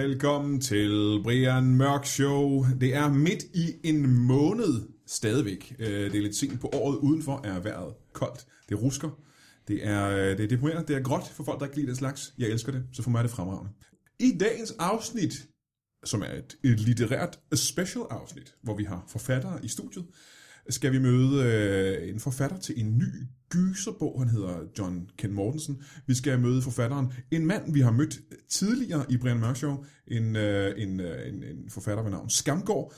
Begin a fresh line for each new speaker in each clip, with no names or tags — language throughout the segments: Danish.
Velkommen til Brian Mørk Show. Det er midt i en måned stadigvæk. Øh, Det er lidt sent på året. Udenfor er vejret koldt. Det rusker. Det er, øh, det er deprimerende. Det er gråt for folk, der ikke lider den slags. Jeg elsker det, så for mig er det fremragende. I dagens afsnit, som er et, et litterært special afsnit, hvor vi har forfattere i studiet, skal vi møde øh, en forfatter til en ny gyserbog. Han hedder John Ken Mortensen. Vi skal møde forfatteren, en mand, vi har mødt tidligere i Brian Mørk Show, en, øh, en, øh, en, en forfatter ved navn Skamgård.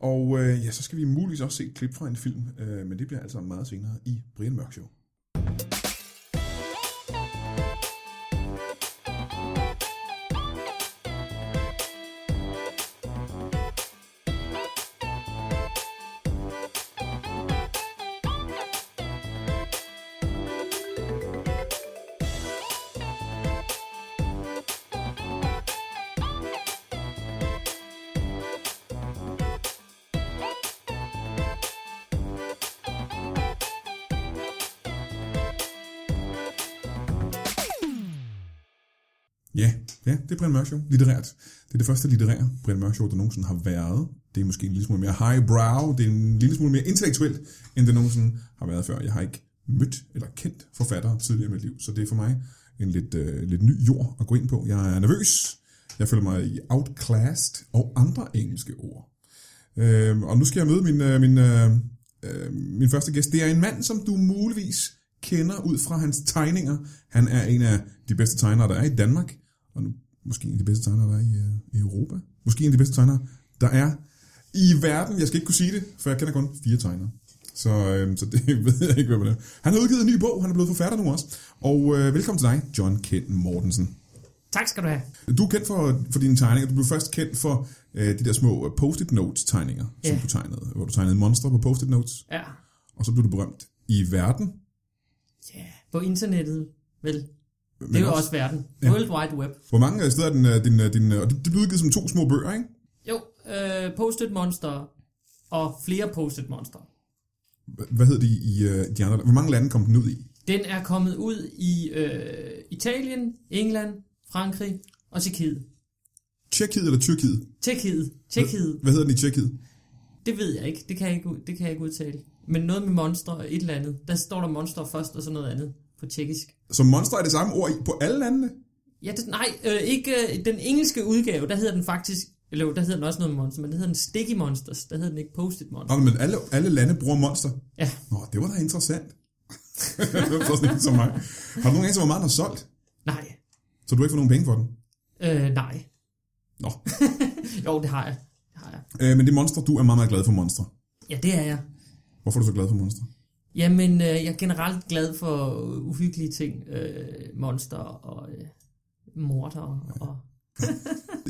Og øh, ja, så skal vi muligvis også se et klip fra en film, øh, men det bliver altså meget senere i Brian Mørk Show. Ja, ja, det er Brian Mørk Show, litterært. Det er det første litterære Brian Mørk Show, der nogensinde har været. Det er måske en lille smule mere highbrow, det er en lille smule mere intellektuelt, end det nogensinde har været før. Jeg har ikke mødt eller kendt forfattere tidligere i mit liv, så det er for mig en lidt, øh, lidt ny jord at gå ind på. Jeg er nervøs, jeg føler mig outclassed og andre engelske ord. Øh, og nu skal jeg møde min, øh, min, øh, øh, min første gæst. Det er en mand, som du muligvis kender ud fra hans tegninger. Han er en af de bedste tegnere, der er i Danmark. Og nu måske en af de bedste tegnere, der er i, øh, i Europa. Måske en af de bedste tegnere, der er i verden. Jeg skal ikke kunne sige det, for jeg kender kun fire tegnere. Så, øh, så det ved jeg ikke, hvad man er. Han har udgivet en ny bog. Han er blevet forfatter nu også. Og øh, velkommen til dig, John Kent Mortensen.
Tak skal du have.
Du er kendt for, for dine tegninger. Du blev først kendt for øh, de der små øh, post-it notes-tegninger, yeah. som
Ja.
du tegnede. Hvor du tegnede monstre på post-it notes.
Ja.
Og så blev du berømt i verden.
ja. På internettet, vel?
Men
Det er jo også verden. Ja. World Wide Web.
Hvor mange øh, steder er din, øh, din, øh, din... øh, Og det, det blev udgivet som to små bøger, ikke?
Jo, øh, post-it monster og flere post-it monster.
Hva- Hvad hed de i øh, de andre? Hvor mange lande kom den ud i?
Den er kommet ud i øh, Italien, England, Frankrig og Tjekkiet.
Tjekkiet eller Tyrkiet?
Tjekkiet. Tjekkiet.
Hvad hedder den i Tjekkiet?
Det ved jeg ikke. Det kan jeg ikke, ud- det kan jeg ikke udtale. Men noget med monster og et eller andet. Der står der monster først og så noget andet på tjekkisk.
Så monster er det samme ord i, på alle landene?
Ja, det, nej, øh, ikke øh, den engelske udgave. Der hedder den faktisk... Eller jo, der hedder den også noget med monster, men der hedder den Sticky Monsters. Der hedder den ikke Post-it Monster.
Nå, men alle, alle lande bruger monster.
Ja.
Nå, det var da interessant. det var sådan en som mig. Har du nogen anelse, hvor meget den har solgt?
Nej.
Så du har ikke fået nogen penge for den?
Øh, nej.
Nå.
Jo, det har jeg. Det har jeg.
Øh, men det monster, du er meget, meget glad for monster.
Ja, det er jeg.
Hvorfor er du så glad for monster?
Jamen, øh, jeg er generelt glad for uhyggelige ting. Øh, monster og øh, morder. Og...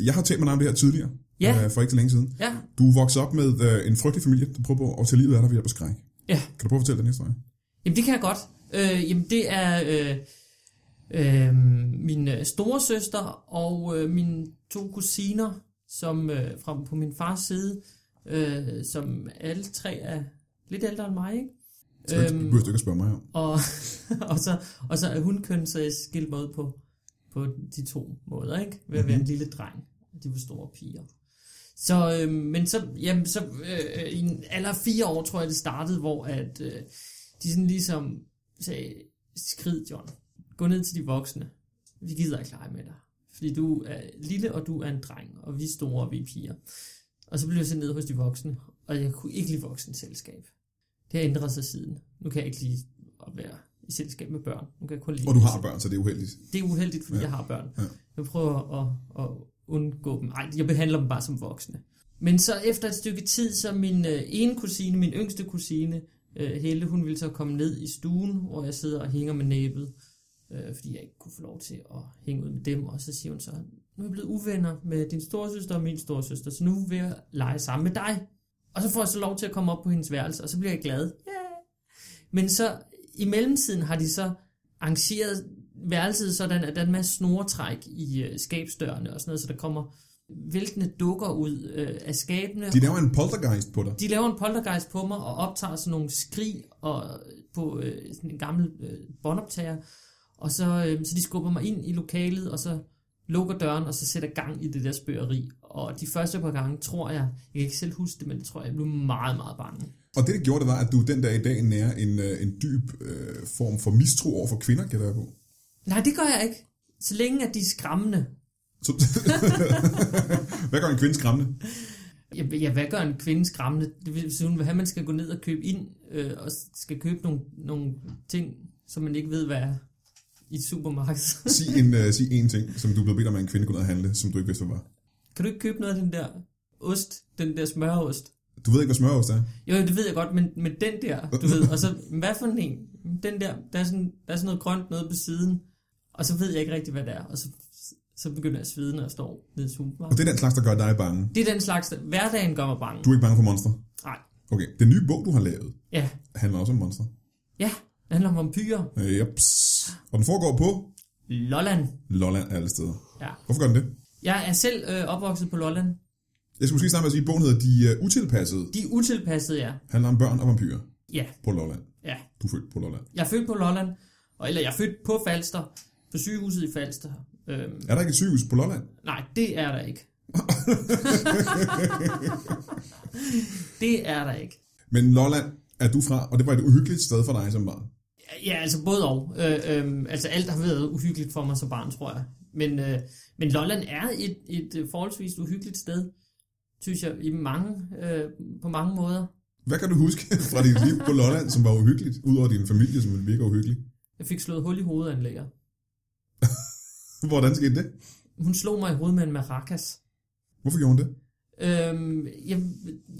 Jeg har talt med dig om det her tidligere,
Ja.
øh, for ikke så længe siden.
Ja,
Du voksede op med øh, en frygtelig familie, der prøver på at tage livet af dig ved hjælp af skræk.
ja.
Kan du prøve at fortælle den historie?
Jamen, det kan jeg godt. Øh, jamen, det er øh, øh, min øh, store søster og øh, mine to kusiner som øh, fra på min fars side, øh, som alle tre er lidt ældre end mig, ikke?
Så øhm, det behøver du ikke at spørge mig om.
og, og, så, og så er hun kønsskilt måde på, på de to måder, ikke? Ved at være en lille dreng, og de var store piger. Så, øh, men så, jamen, så øh, i en alder af fire år, tror jeg, det startede, hvor at, øh, de sådan ligesom sagde, skrid John, gå ned til de voksne, vi gider ikke lege med dig. Fordi du er lille, og du er en dreng, og vi er store, og vi er piger. Og så blev jeg sendt ned hos de voksne, og jeg kunne ikke lide voksenselskab. Det har ændret sig siden. Nu kan jeg ikke lide at være i selskab med børn. Nu kan jeg kun lide
Og du har børn, så det er uheldigt.
det er uheldigt, fordi ja. jeg har børn.
Ja.
Ja. Jeg prøver at, at undgå dem. Ej, jeg behandler dem bare som voksne. Men så efter et stykke tid, så min øh, ene kusine, min yngste kusine, øh, Helle, hun ville så komme ned i stuen, hvor jeg sidder og hænger med næbet, øh, fordi jeg ikke kunne få lov til at hænge ud med dem. Og så siger hun så, nu er jeg blevet uvenner med din storesøster og min storesøster, så nu vil jeg lege sammen med dig. Og så får jeg så lov til at komme op på hendes værelse, og så bliver jeg glad. Yeah. Men så i mellemtiden har de så arrangeret værelset sådan, at der er en masse snoretræk i øh, skabsdørene og sådan noget, så der kommer væltende dukker ud øh, af skabene.
De laver en poltergeist på dig.
De laver en poltergeist på mig og optager sådan nogle skrig og, på øh, sådan en gammel øh, båndoptager. Og så, øh, så de skubber mig ind i lokalet, og så lukker døren, og så sætter gang i det der spøgeri. Og de første par gange, tror jeg, jeg kan ikke selv huske det, men det tror jeg, jeg blev meget, meget bange.
Og det, det gjorde, det var, at du den dag i dag nærer en, øh, en dyb øh, form for mistro over for kvinder, gætter jeg på.
Nej, det gør jeg ikke. Så længe at de er skræmmende.
Så, hvad gør en kvinde skræmmende?
Ja, ja, hvad gør en kvinde skræmmende? Det vil hvis hun vil have, at man skal gå ned og købe ind, øh, og skal købe nogle, nogle ting, som man ikke ved, hvad er i et supermarked.
Sig en, øh, sig en ting, som du blev bedt om, at en kvinde kunne ned og handle, som du ikke vidste, hvad var.
kan du ikke købe noget af den der ost, den der smørost?
Du ved ikke, hvad smørost er.
Jo, jo, det ved jeg godt, men, men den der, du ved, og så, hvad for en? Den der, der er, sådan, der er sådan noget grønt noget på siden, og så ved jeg ikke rigtig, hvad det er, og så, så begynder jeg at svede, når jeg står nede
Og
i supermarkedet.
det er den slags, der gør dig bange.
Det er den slags, der- hverdagen gør mig bange.
Du er ikke bange for monstre.
Nej,
Okay, den nye bog, du har lavet,
ja,
handler også om monstre.
ja, det handler om vampyrer.
Øh, jeps.
Ah.
Og den foregår på
Lolland,
Lolland af alle steder.
ja.
Hvorfor gør den det?
Jeg er selv øh, opvokset på Lolland.
Jeg skulle måske starte med at sige, at bogen hedder De øh, Utilpassede.
De er utilpassede, ja.
handler om børn og vampyrer
Ja,
på Lolland.
ja.
Du er født på Lolland.
Jeg er født på Lolland, og, eller jeg er født på Falster, på sygehuset i Falster. Øhm,
Er der ikke et sygehus på Lolland?
Nej, det er der ikke. det er der ikke.
Men Lolland er du fra, og det var et uhyggeligt sted for dig som barn.
Ja, altså både og. Øh, øh, altså alt har været uhyggeligt for mig som barn, tror jeg. Men, øh, men Lolland er et, et øh, forholdsvis uhyggeligt sted, synes jeg, i mange, øh, på mange måder.
Hvad kan du huske fra dit liv på Lolland, som var uhyggeligt, udover din familie, som ville virke uhyggelig?
Jeg fik slået hul i hovedet af en læger.
Hvordan skete det?
Hun slog mig i hovedet med en maracas.
Hvorfor gjorde hun det?
Øhm, jeg,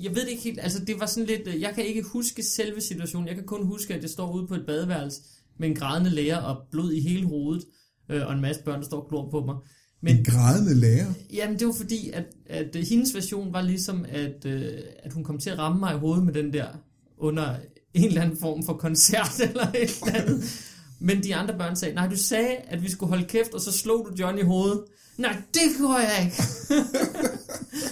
jeg ved det ikke helt, altså det var sådan lidt, øh, jeg kan ikke huske selve situationen, jeg kan kun huske, at jeg står ude på et badeværelse med en grædende læger og blod i hele hovedet, øh, og en masse børn, der står og glor på mig.
En
Men
grædende lærer.
jamen, det var fordi, at, at øh, hendes version var ligesom, at, øh, at hun kom til at ramme mig i hovedet med den der, under en eller anden form for koncert eller et eller andet. Men de andre børn sagde, nej, du sagde, at vi skulle holde kæft, og så slog du John i hovedet. Nej, det gjorde jeg ikke.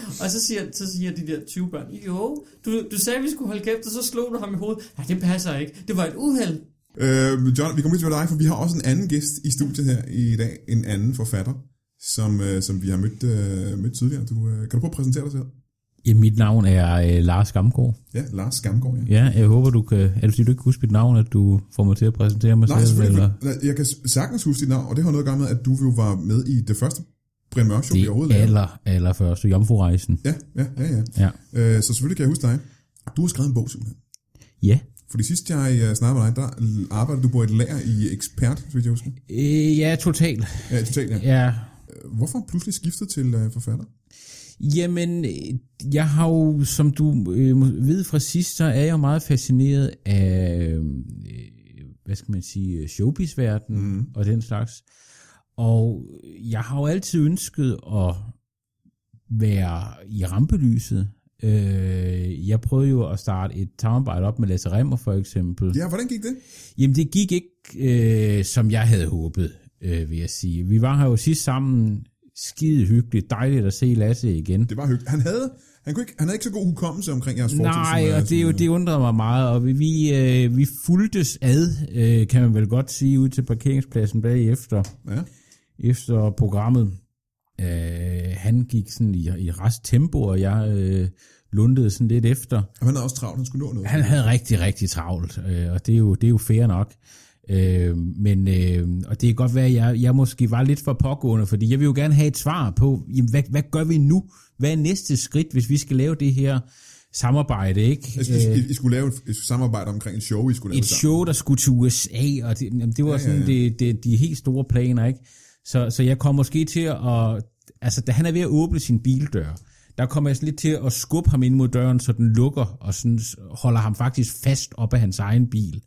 Og så siger, så siger de der 20 børn, jo, du, du sagde, at vi skulle holde kæft, og så slog du ham i hovedet. Nej, det passer ikke. Det var et uheld.
Øh, John, vi kommer lige til dig, for vi har også en anden gæst i studiet her i dag. En anden forfatter, som, øh, som vi har mødt, øh, mødt tidligere. Du, øh, kan du prøve at præsentere dig selv?
Ja, mit navn er øh, Lars Gamgaard.
Ja, Lars Skamgaard, ja.
Ja, jeg håber, du kan... Er det fordi, du ikke kan huske mit navn, at du får mig til at præsentere mig
Nej,
selv?
selvfølgelig.
Eller?
Nej, Jeg kan sagtens huske dit navn, og det har noget at gøre med, at du jo var med i det første Brian Mørk Show, vi overhovedet
Det
lavede.
aller, aller første jomfru-rejsen.
Ja, ja, ja. ja.
Ja.
Øh, så selvfølgelig kan jeg huske dig. Du har skrevet en bog, simpelthen.
ja.
Fordi sidst jeg øh, snakkede med dig, der arbejdede du på et lager i Ekspert, så vidt jeg husker.
Øh, ja, totalt.
Ja, totalt, ja.
Ja.
Hvorfor pludselig skiftet til øh, forfatter?
Jamen, øh, jeg har jo, som du øh, må- ved fra sidst, så er jeg jo meget fascineret af, øh, hvad skal man sige, øh, showbiz-verdenen mm. og den slags. Og jeg har jo altid ønsket at være i rampelyset. Øh, jeg prøvede jo at starte et samarbejde op med Lasse Remmer for eksempel.
Ja, hvordan gik det?
Jamen, det gik ikke, øh, som jeg havde håbet, øh, vil jeg sige. Vi var her jo sidst sammen. Skide hyggeligt. Dejligt at se Lasse igen.
Det var hyggeligt. Han havde, han, kunne ikke, han havde ikke så god hukommelse omkring jeres fortid.
Nej,
som, øh,
og det, er jo,
som, øh,
det undrede mig meget, og vi, vi, øh, vi fuldtes ad, øh, kan man vel godt sige, ud til parkeringspladsen bagefter,
Ja.
efter programmet. Øh, han gik sådan i, i rest tempo, og jeg øh, lundede sådan lidt efter.
Og han havde også travlt, han skulle nå noget.
Han havde rigtig, rigtig travlt, øh, og det er jo, det er jo fair nok. Øh, men, øh, og det kan godt være, at jeg, jeg måske var lidt for pågående, fordi jeg vil jo gerne have et svar på, jamen, hvad, hvad gør vi nu? Hvad er næste skridt, hvis vi skal lave det her samarbejde, ikke?
Jeg synes, I, I, skulle lave et, et, samarbejde omkring et show, I skulle lave
øh, et
sammen.
show, der skulle til USA, og det, jamen, det var ja, sådan
ja.
ja, ja. Det, det, de helt store planer, ikke? Så, så jeg kom måske til at, altså da han er ved at åbne sin bildør, der kommer jeg sådan lidt til at skubbe ham ind mod døren, så den lukker, og sådan holder ham faktisk fast op af hans egen bil.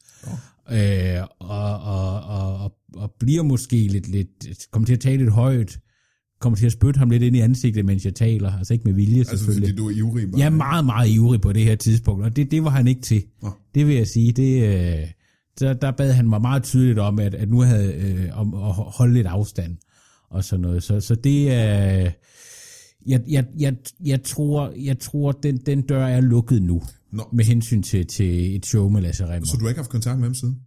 Øh, og, og, og, og, og bliver måske lidt, lidt, kommer til at tale lidt højt, kommer til at spytte ham lidt ind i ansigtet, mens jeg taler, altså ikke med vilje
Altså,
selvfølgelig.
fordi du er ivrig. Bare.
Jeg er meget, meget ivrig på det her tidspunkt, og det, det var han ikke til.
Nå.
Det vil jeg sige. Det, øh, der, der bad han mig meget tydeligt om, at, at nu havde øh, om at ho- holde lidt afstand og sådan noget. Så, så det er... Øh, jeg, jeg, jeg, jeg tror, jeg tror den, den dør er lukket nu,
Nå.
med hensyn til, til et show med Lasse Remmer.
Så du har ikke haft kontakt med ham siden?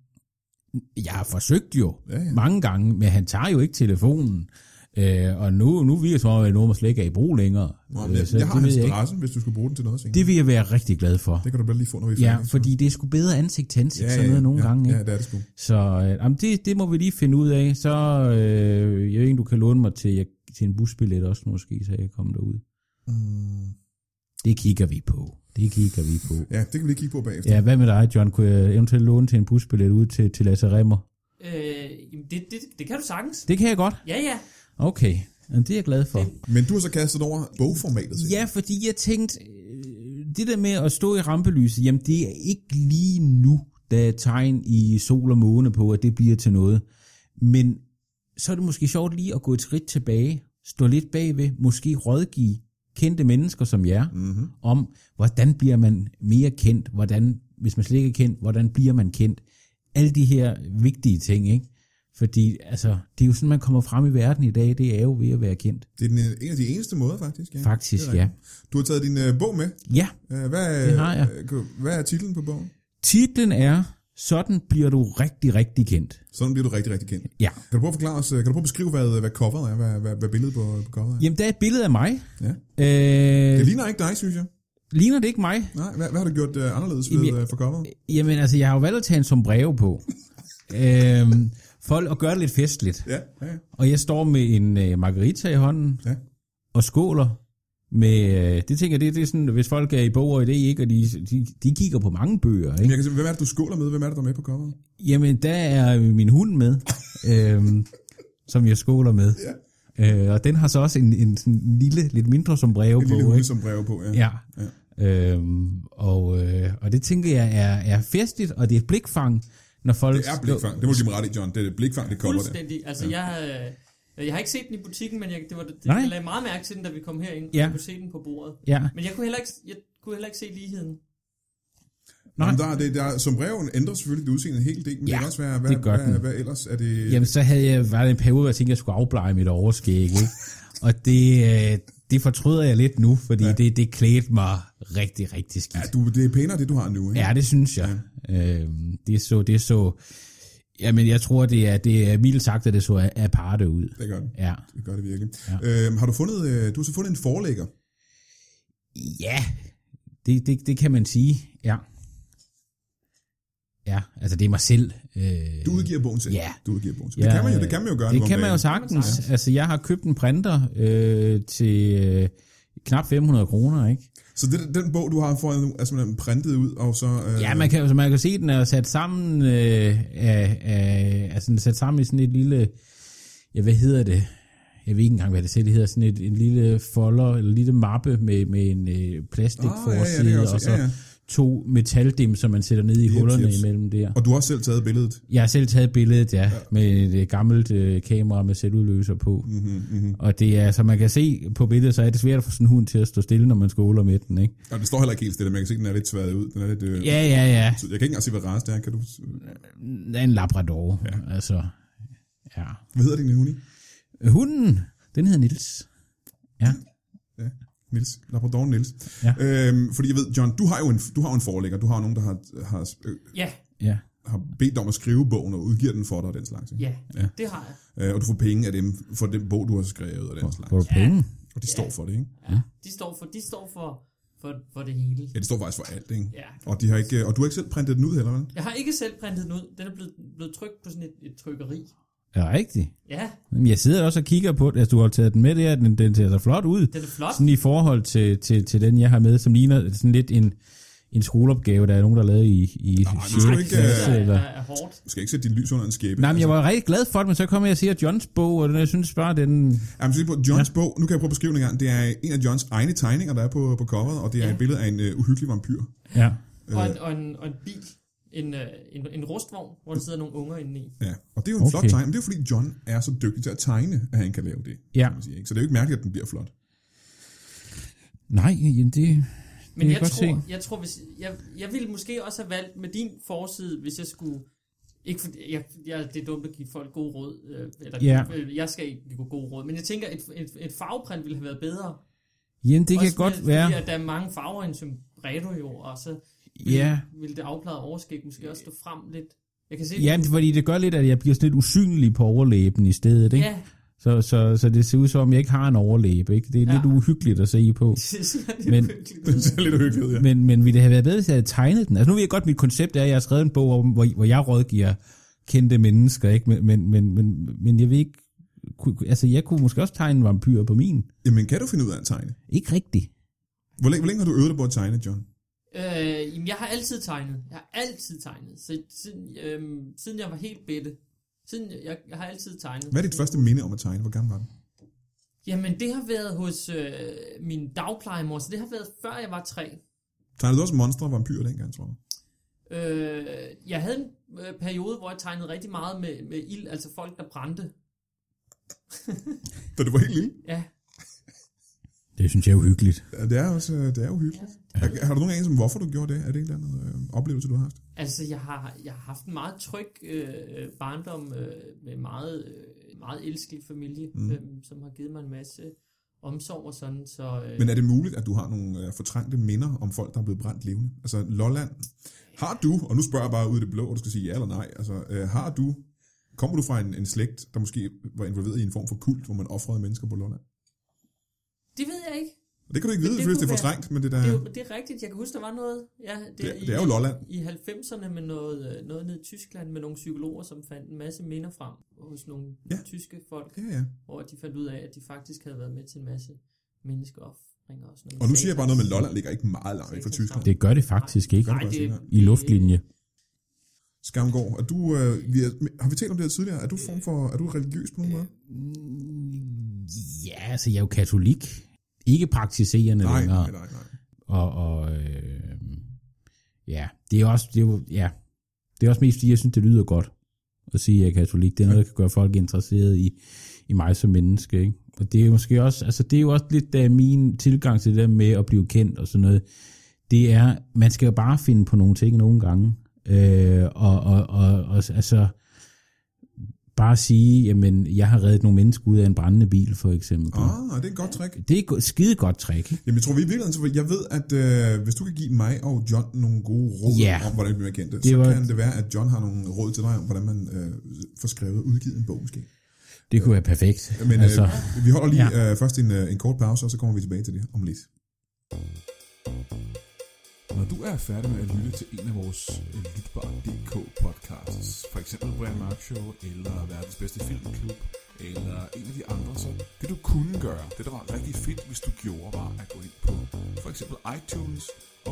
Jeg har forsøgt jo
Ja,
ja,
ja.
ja. mange gange, men han tager jo ikke telefonen. Øh, og nu, nu virker det som om, at Norma slet ikke er i brug længere.
Nå, men
Øh,
jeg, jeg har
det, ved
hans
jeg ikke.
adresse, hvis du skulle bruge den til noget senere.
det vil jeg være rigtig glad for.
det kan du bare lige få, når vi er
Ja,
færdige, så.
fordi det er sgu bedre ansigt til ansigt, ja, sådan noget nogle
ja,
gange. Ikke?
Ja, det er det sgu.
Så øh, jamen det, det må vi lige finde ud af. Så øh, jeg ved ikke, du kan låne mig til, jeg, til en busbillet også måske, så jeg kan komme derud.
Mm,
Det kigger vi på. Det kigger vi på.
ja, det kan vi lige kigge på bagefter.
Ja, hvad med dig, John? Kunne jeg eventuelt låne til en busbillet ud til, til Lasse Remmer?
Øh, jamen det, det, det kan du sagtens.
Det kan jeg godt.
Ja, ja.
Okay, jamen, det er jeg glad for.
Men du har så kastet over bogformatet. siger
Ja, fordi jeg tænkte, øh, det der med at stå i rampelyset, jamen det er ikke lige nu, der er tegn i sol og måne på, at det bliver til noget. Men så er det måske sjovt lige at gå et skridt tilbage, stå lidt bagved, måske rådgive kendte mennesker som jer, mm-hmm.
Mhm.
om hvordan bliver man mere kendt, hvordan, hvis man slet ikke er kendt, hvordan bliver man kendt. Alle de her vigtige ting, ikke? Fordi altså, det er jo sådan, man kommer frem i verden i dag, det er jo ved at være kendt.
Det er den, øh, en af de eneste måder, faktisk. Ja.
Faktisk,
Det er rigtigt. Du har taget din øh, bog med.
Ja,
Øh, hvad,
Det har jeg.
øh, kan- hvad er titlen på bogen?
Titlen er, sådan bliver du rigtig, rigtig kendt.
Sådan bliver du rigtig, rigtig kendt.
Ja.
Kan du prøve at forklare os, øh, kan du prøve at beskrive, hvad, hvad coveret er, hvad, hvad, hvad billedet på, på coveret er?
Jamen, der er et billede af mig.
Ja.
Øh,
Det ligner ikke dig, synes jeg.
ligner det ikke mig?
Nej, hvad, hvad har du gjort øh, anderledes ved,
Jamen, jeg-
øh, for coveret?
Jamen, altså, jeg har jo valgt at tage en sombrero på. øh, for at gøre det lidt festligt.
Ja, ja, ja.
Og jeg står med en øh, margarita i hånden
Ja.
og skåler. Med, øh, det tænker jeg, det, det er sådan, hvis folk er i bog og i det ikke, og de, de, de kigger på mange bøger, ikke?
Men Jeg kan se, hvem er det, du skåler med? Hvem er det, der er med på coveret?
Jamen, der er min hund med, øhm, som jeg skåler med. Ja. Øh, og den har så også en, en sådan lille, lidt mindre som breve
En
på.
lille
Ikke?
hund som brev på, ja.
Ja. ja. Øhm, og, øh, og det tænker jeg er, er festligt, og det er et blikfang, når folk...
Det er blikfang. Det må du give mig ret i, John. Det er blikfang, det kommer der.
Fuldstændig. Altså, ja. jeg, øh, jeg har ikke set den i butikken, men jeg, det var, det,
Nej.
jeg lagde meget mærke til den, da vi kom herind.
Ja.
Jeg kunne se den på bordet.
Ja,
Men jeg kunne heller ikke, jeg kunne heller ikke se ligheden.
Nej. Jamen, der, er det, der, er- som breven ændrer selvfølgelig det udseende en hel del, men ja, det kan også være, hvad,
det gør
hvad,
den.
hvad, ellers er det...
jamen så havde jeg, var det en periode, hvor jeg tænkte, jeg skulle afblege mit overskæg, ikke? Og det, øh, det fortryder jeg lidt nu, fordi ja. det, det klædte mig rigtig, rigtig skidt.
Ja, du, det er pænere, det du har nu, ikke?
Ja, det synes jeg. Øhm, det så, det så, jamen jeg tror, det er, det er mildt sagt, at det så aparte ud.
Det gør det.
Ja.
Det gør det virkelig. Ja. Øhm, har du fundet, øh, du har så fundet en forlægger.
Ja, det, det, det kan man sige, ja. Ja, altså det er mig selv. Øh,
Du udgiver bogen selv.
Ja.
Du udgiver bogen selv.
Ja,
det, kan man jo, det kan man jo gøre nu
det
om
kan man
dagen.
jo sagtens. Altså jeg har købt en printer øh, til øh, knap 500 kroner, ikke?
Så det, den bog, du har foran nu, er simpelthen printet ud, og så... Øh,
Ja, man kan, altså, man kan se, at den er sat sammen, øh, af, af, altså, den er sat sammen i sådan et lille, ja, hvad hedder det? Jeg ved ikke engang, hvad det selv hedder. Sådan et, en lille folder, eller en lille mappe med, med en øh,
Ah, ja, ja, det
plastikforside,
kan jeg også
oh, ja,
se.
og så
Ja, ja.
to metaldim, som man sætter ned i
Jeps,
hullerne
jeps.
imellem der.
Og du har også selv taget billedet.
Jeg har selv taget billedet, ja, med et øh, gammelt øh, kamera med selvudløser på.
Mm-hmm, mm-hmm.
Og det er, som man kan se på billedet, så er det svært at få sådan en hund til at stå stille, når man skåler med den, ikke?
Og det står heller ikke helt stille, man kan se, at den er lidt tværet ud. Den er lidt... Øh,
Ja, ja, ja.
så Jeg kan ikke engang se, hvad race det er. Kan du,
Den er en labrador, ja. altså. Ja.
hvad hedder din hund?
Hunden, den hedder Nils. Ja.
Ja. Nils. Labrador Nils.
Ja.
Øhm, fordi jeg ved, John, du har jo en, du har jo en forlægger. Du har jo nogen, der har, har, øh,
Ja,
Ja.
har bedt dig om at skrive bogen og udgiver den for dig og den slags. ikke?
ja, ja. det har jeg.
Øh, og du får penge af dem for den bog, du har skrevet og den slags.
Får du penge?
Og de står for det, ikke?
Ja. De står for, de står for, for, for det hele.
Ja, det står faktisk for alt, ikke?
Ja.
Og, de har ikke, øh, og du har ikke selv printet den ud heller, vel?
Jeg har ikke selv printet den ud. Den er blevet, blevet trykt på sådan et, et trykkeri.
Er det rigtigt?
Ja,
Jamen, jeg sidder også og kigger på den. Altså, du har taget den med der, den, den ser så flot ud.
den er flot.
Sådan i forhold til, til, til den, jeg har med, som ligner sådan lidt en, en skoleopgave, der er nogen, der er lavet i, i
nu skal
sjette
du ikke,
Det
klasse,
er,
eller...
er, er hårdt.
Du skal ikke sætte dit lys under en skæbe.
Nej, men jeg var rigtig glad for det, men så kom jeg og siger Johns bog, og den, jeg synes bare, den...
Jamen, så lige på Johns ja. bog, nu kan jeg prøve at beskrive den en gang. Det er en af Johns egne tegninger, der er på, på coveret, og det er ja. et billede af en uh, uhyggelig vampyr.
Ja.
Og en, og en, og en bil. En, øh, en, en rustvogn, hvor der sidder nogle unger inde i.
Ja. Og det er jo en okay. flot
Okay.
tegning, men det er jo fordi John er så dygtig til at tegne, at han kan lave det.
Ja.
kan man sige, ikke? Så det er jo ikke mærkeligt, at den bliver flot.
Nej, jamen, det...
Men
kan
jeg,
jeg godt
tror, jeg tror, hvis, jeg, jeg ville måske også have valgt med din forside, hvis jeg skulle... Ikke for, jeg, jeg, det er dumt at give folk gode råd. Øh, eller,
Ja.
øh, jeg skal ikke give gode råd. Men jeg tænker, et, et, et farveprint ville have været bedre.
Jamen, det kan
Også
godt
fordi,
være...
at der er mange farver i en sombrero jo, og så ville,
Ja.
ville det afplejede overskæg måske også stå frem lidt. Jeg kan se,
Jamen, fordi det gør lidt, at jeg bliver sådan lidt usynlig på overlæben i stedet, ikke?
ja,
Så, så, så det ser ud som om, jeg ikke har en overlæbe. Ikke? Det er ja. lidt
Ja.
uhyggeligt at se på.
Det ser lidt
Men-
uhyggeligt
Den
ud.
ser lidt uhyggeligt ud, ja.
Men, men ville det have været bedre, hvis jeg havde tegnet den? Altså nu ved jeg godt, mit koncept er, at jeg har skrevet en bog, om, hvor, hvor jeg rådgiver kendte mennesker, ikke? Men, men, men, men, men jeg ved ikke, kunne, altså jeg kunne måske også tegne en vampyr på min.
Jamen, kan du finde ud af at tegne?
Ikke rigtigt.
Hvor længe, hvor længe har du øvet dig på at tegne, John?
Øh, jamen, jeg har altid tegnet. Jeg har altid tegnet. Så, siden, øh, siden jeg var helt bitte. Siden jeg, jeg, jeg har altid tegnet. Øh,
Hvad er dit første minde om at tegne? Hvor gammel var du?
Jamen, det har været hos øh, min dagplejemor, så det har været før jeg var tre.
Tegnede du også monstre og vampyrer dengang, tror jeg?
Øh, jeg havde en øh, periode, hvor jeg tegnede rigtig meget med, med ild, altså folk, der brændte.
Da du var helt lille?
Ja,
Det synes jeg er uhyggeligt.
Ja, Det er også øh, det er uhyggeligt. Ja. Har du nogen anelse om, hvorfor du gjorde det? Er det en eller anden øh, oplevelse, du har haft?
altså jeg har, jeg har haft en meget tryg øh, barndom øh, med meget, øh, meget elskelig familie,
Mm.
mm. øh, som har givet mig en masse omsorg og sådan, så... Øh,
Men er det muligt, at du har nogle øh, fortrængte minder om folk, der er blevet brændt levende? Altså Lolland, har du, og nu spørger jeg bare ud i det blå, og du skal sige ja eller nej, altså øh, har du, kommer du fra en, en slægt, der måske var involveret i en form for kult, hvor man offrede mennesker på Lolland?
det ved jeg ikke.
Og det kan du ikke
Men
vide,
det
fordi det er
kunne
fortrængt, men det der,
Det er, jo, det er rigtigt, jeg kan huske, der var noget... Ja,
det,
i-
Øh. det er jo Lolland.
i 90'erne med noget, øh, noget nede i Tyskland med nogle psykologer, som fandt en masse minder frem hos nogle
Ja.
ja. tyske folk,
Ja, ja.
hvor de fandt ud af, at de faktisk havde været med til en masse menneskeoffringer og sådan noget.
Og nu siger jeg bare noget med, at Lolland ligger ikke meget langt væk fra Tyskland.
Det gør det faktisk ikke
det bare senere.
i luftlinje.
Skamgård, er du, øh, vi er, har vi talt om det her tidligere? Er du, form for, er du religiøs på nogen måde?
Ja, altså jeg er jo katolik. Ikke praktiserende
Nej,
længere.
nej, nej, nej.
Og, og øh, ja, det er også, det er jo, ja, det er også mest, fordi jeg synes, det lyder godt at sige, at jeg er katolik. Det er noget, der kan gøre folk interesseret i, i mig som menneske, ikke? Og det er måske også, altså det er jo også lidt uh, min tilgang til det der med at blive kendt og sådan noget. Det er, man skal jo bare finde på nogle ting nogle gange. Øh, og, og, og, og altså, bare sige, jamen, jeg har reddet nogle mennesker ud af en brændende bil, for eksempel.
Ah, det er et godt trick.
Det er et go- skide godt trick, ikke?
Jamen, jeg tror, vi er i virkeligheden, så jeg ved, at øh, hvis du kan give mig og John nogle gode råd
Ja.
yeah. om, hvordan vi bliver kendte,
Det
så
var-
kan det være, at John har nogle råd til dig om, hvordan man øh, får skrevet og udgivet en bog måske.
Det kunne være perfekt.
Men altså, øh, vi holder lige ja.
ja.
øh, først en, øh, en kort pause, og så kommer vi tilbage til det om lidt.
Når du er færdig med at lytte til en af vores øh, lytbare DK podcasts, for eksempel Brian Mark Show, eller Verdens Bedste Filmklub, eller en af de andre, så det du kunne gøre, det der var rigtig fedt, hvis du gjorde, var at gå ind på for eksempel iTunes,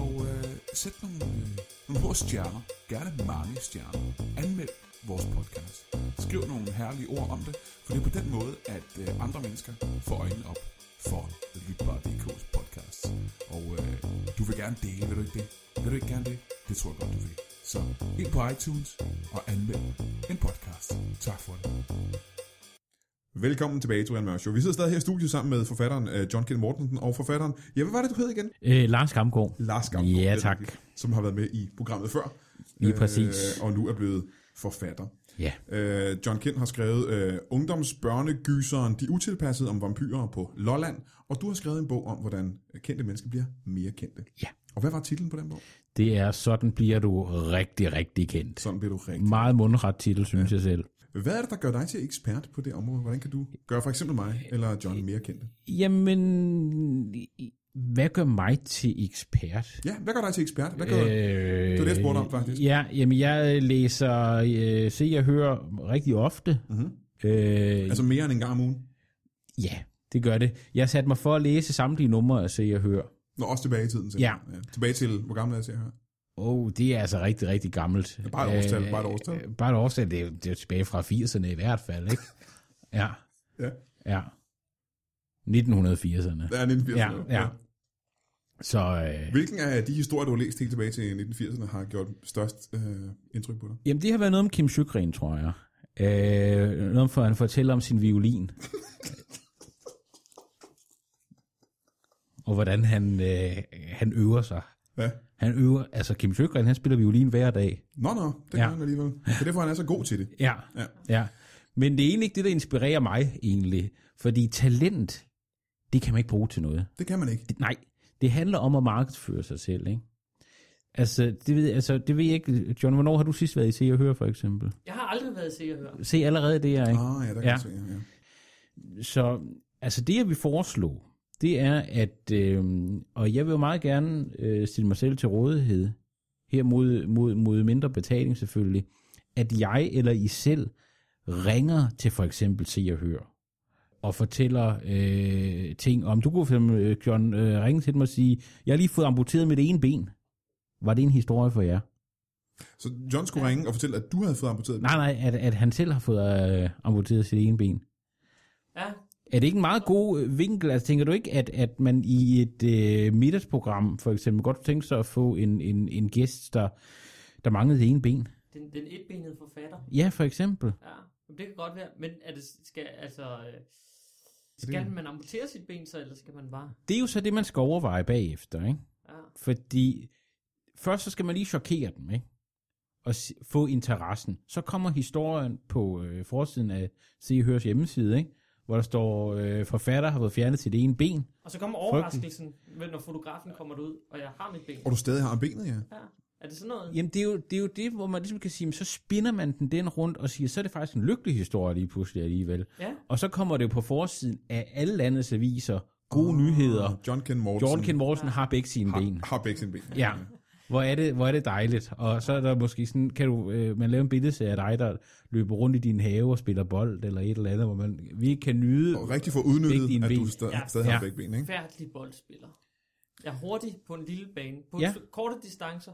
og øh, sætte nogle, øh, nogle få stjerner, gerne mange stjerner, anmeld vores podcast. Skriv nogle herlige ord om det, for det er på den måde, at øh, andre mennesker får øjnene op for Lytbar.dk's podcast. Og øh, du vil gerne dele, vil du ikke det? Vil du ikke gerne det? Det tror jeg godt, du vil. Så ind på iTunes og anmeld en podcast. Tak for det.
Velkommen tilbage til Brian Mørk Show. Vi sidder stadig her i studiet sammen med forfatteren øh, John Kjeld Mortensen og forfatteren, ja, hvad var det, du hed igen?
Øh, Lars Gamgaard.
Lars Gamgaard.
Ja,
det er
tak.
rigtigt, Som har været med i programmet før. Øh,
Lige præcis.
og nu er blevet forfatter.
Ja.
Øh, John Kent har skrevet øh, Ungdomsbørnegyseren, de utilpassede om vampyrer på Lolland, og du har skrevet en bog om, hvordan kendte mennesker bliver mere kendte.
Ja.
Og hvad var titlen på den bog?
Det er, sådan bliver du rigtig, rigtig kendt.
Sådan bliver du rigtig.
Meget mundret titel, synes jeg selv.
Hvad er det, der gør dig til ekspert på det område? Hvordan kan du gøre for eksempel mig eller John mere kendte?
Jamen, hvad gør mig til ekspert?
Ja, hvad gør dig til ekspert? Hvad gør, øh,
Øh,
det var det, jeg spurgte om, faktisk.
Ja, jamen jeg læser, øh, se jeg hører rigtig ofte.
Mhm.
Øh,
altså mere end en gang om ugen?
ja, det gør det. Jeg satte mig for at læse samtlige numre af se jeg hører.
Nå, også tilbage i tiden.
Ja.
ja. Tilbage til, hvor gammel er jeg til her?
Åh, oh, det er altså rigtig, rigtig gammelt.
bare et årstal,
Øh,
bare et årstal.
øh, Bare et årstal, det er, jo- det er jo tilbage fra 80'erne i hvert fald, ikke? ja,
Ja,
ja. 1980'erne.
der er 1980'erne.
Ja, ja. Så øh,
Hvilken af de historier, du har læst helt tilbage til 1980'erne, har gjort størst øh, indtryk på dig?
jamen, det har været noget om Kim Sjøgren, tror jeg. Øh, noget om, for han fortæller om sin violin. og hvordan han, øh, han øver sig.
Ja.
Han øver, altså Kim Sjøgren, han spiller violin hver dag.
Nå, nå, det ja.
Ja.
gør han alligevel. Det er derfor, han er så god til det.
Ja.
Ja.
ja. ja. Men det er egentlig ikke det, der inspirerer mig, egentlig. Fordi talent, det kan man ikke bruge til noget.
Det kan man ikke.
Det, nej, det handler om at markedsføre sig selv, ikke? Altså, det ved, altså, det ved jeg ikke. John, hvornår har du sidst været i Se og Høre, for eksempel?
Jeg har aldrig været sikker hør.
Se allerede det her, ikke?
Ah, ja, der kan
Ja.
ja. Se, ja.
Så altså det, jeg vil foreslå, det er, at, øh, og jeg vil jo meget gerne øh, stille mig selv til rådighed, her mod, mod, mod mindre betaling selvfølgelig, at jeg eller I selv ringer til for eksempel Se og Hør, og fortæller øh, ting om, du kunne for eksempel, øh, John, øh, ringe til mig og sige, jeg har lige fået amputeret mit ene ben. Var det en historie for jer?
Så John skulle ringe og fortælle, at du havde fået amputeret.
Nej, nej, at, at han selv har fået øh, amputeret sit ene ben.
Ja,
Er det ikke en meget god øh, vinkel? Altså, tænker du ikke, at, at man i et øh, middagsprogram, for eksempel, godt kunne tænke sig at få en, en, en gæst, der, der manglede det ene ben?
den, den etbenede forfatter.
Ja, for eksempel.
Ja, Jamen, det kan godt være, men er det, skal, altså, øh, skal man amputere sit ben så, eller skal man bare?
Det er jo så det, man skal overveje bagefter, ikke?
Ja,
Fordi først så skal man lige chokere dem, ikke? Og s- få interessen. Så kommer historien på øh, forsiden af Se og Hørs hjemmeside, ikke? Hvor der står, øh, forfatter har fået fjernet sit ene ben.
Og så kommer overraskelsen, Frygten. når fotografen kommer derud, og jeg har mit ben.
Og du stadig har benet, ja.
Ja. Er det sådan noget?
Jamen, det er, jo, det er jo det, hvor man ligesom kan sige, men så spinder man den den rundt og siger, så er det faktisk en lykkelig historie lige pludselig alligevel.
Ja.
Og så kommer det jo på forsiden af alle landets aviser, gode oh, nyheder.
Ah, John Ken Mortensen.
Jordan Ken Morrison har begge sine
har,
ben.
har begge sine ben.
Ja. Hvor er, det, hvor er det dejligt. Og så er der måske sådan, kan du, øh, man lave en billede af dig, der løber rundt i din have og spiller bold, eller et eller andet, hvor man virkelig kan nyde.
Og rigtig få
Begge
udnyttet,
dine
at du
ben.
stadig,
Ja.
stadig har
Ja.
begge ben, ikke?
Færdelig boldspiller. Jeg er hurtig på en lille bane. På
Ja.
ja. korte distancer.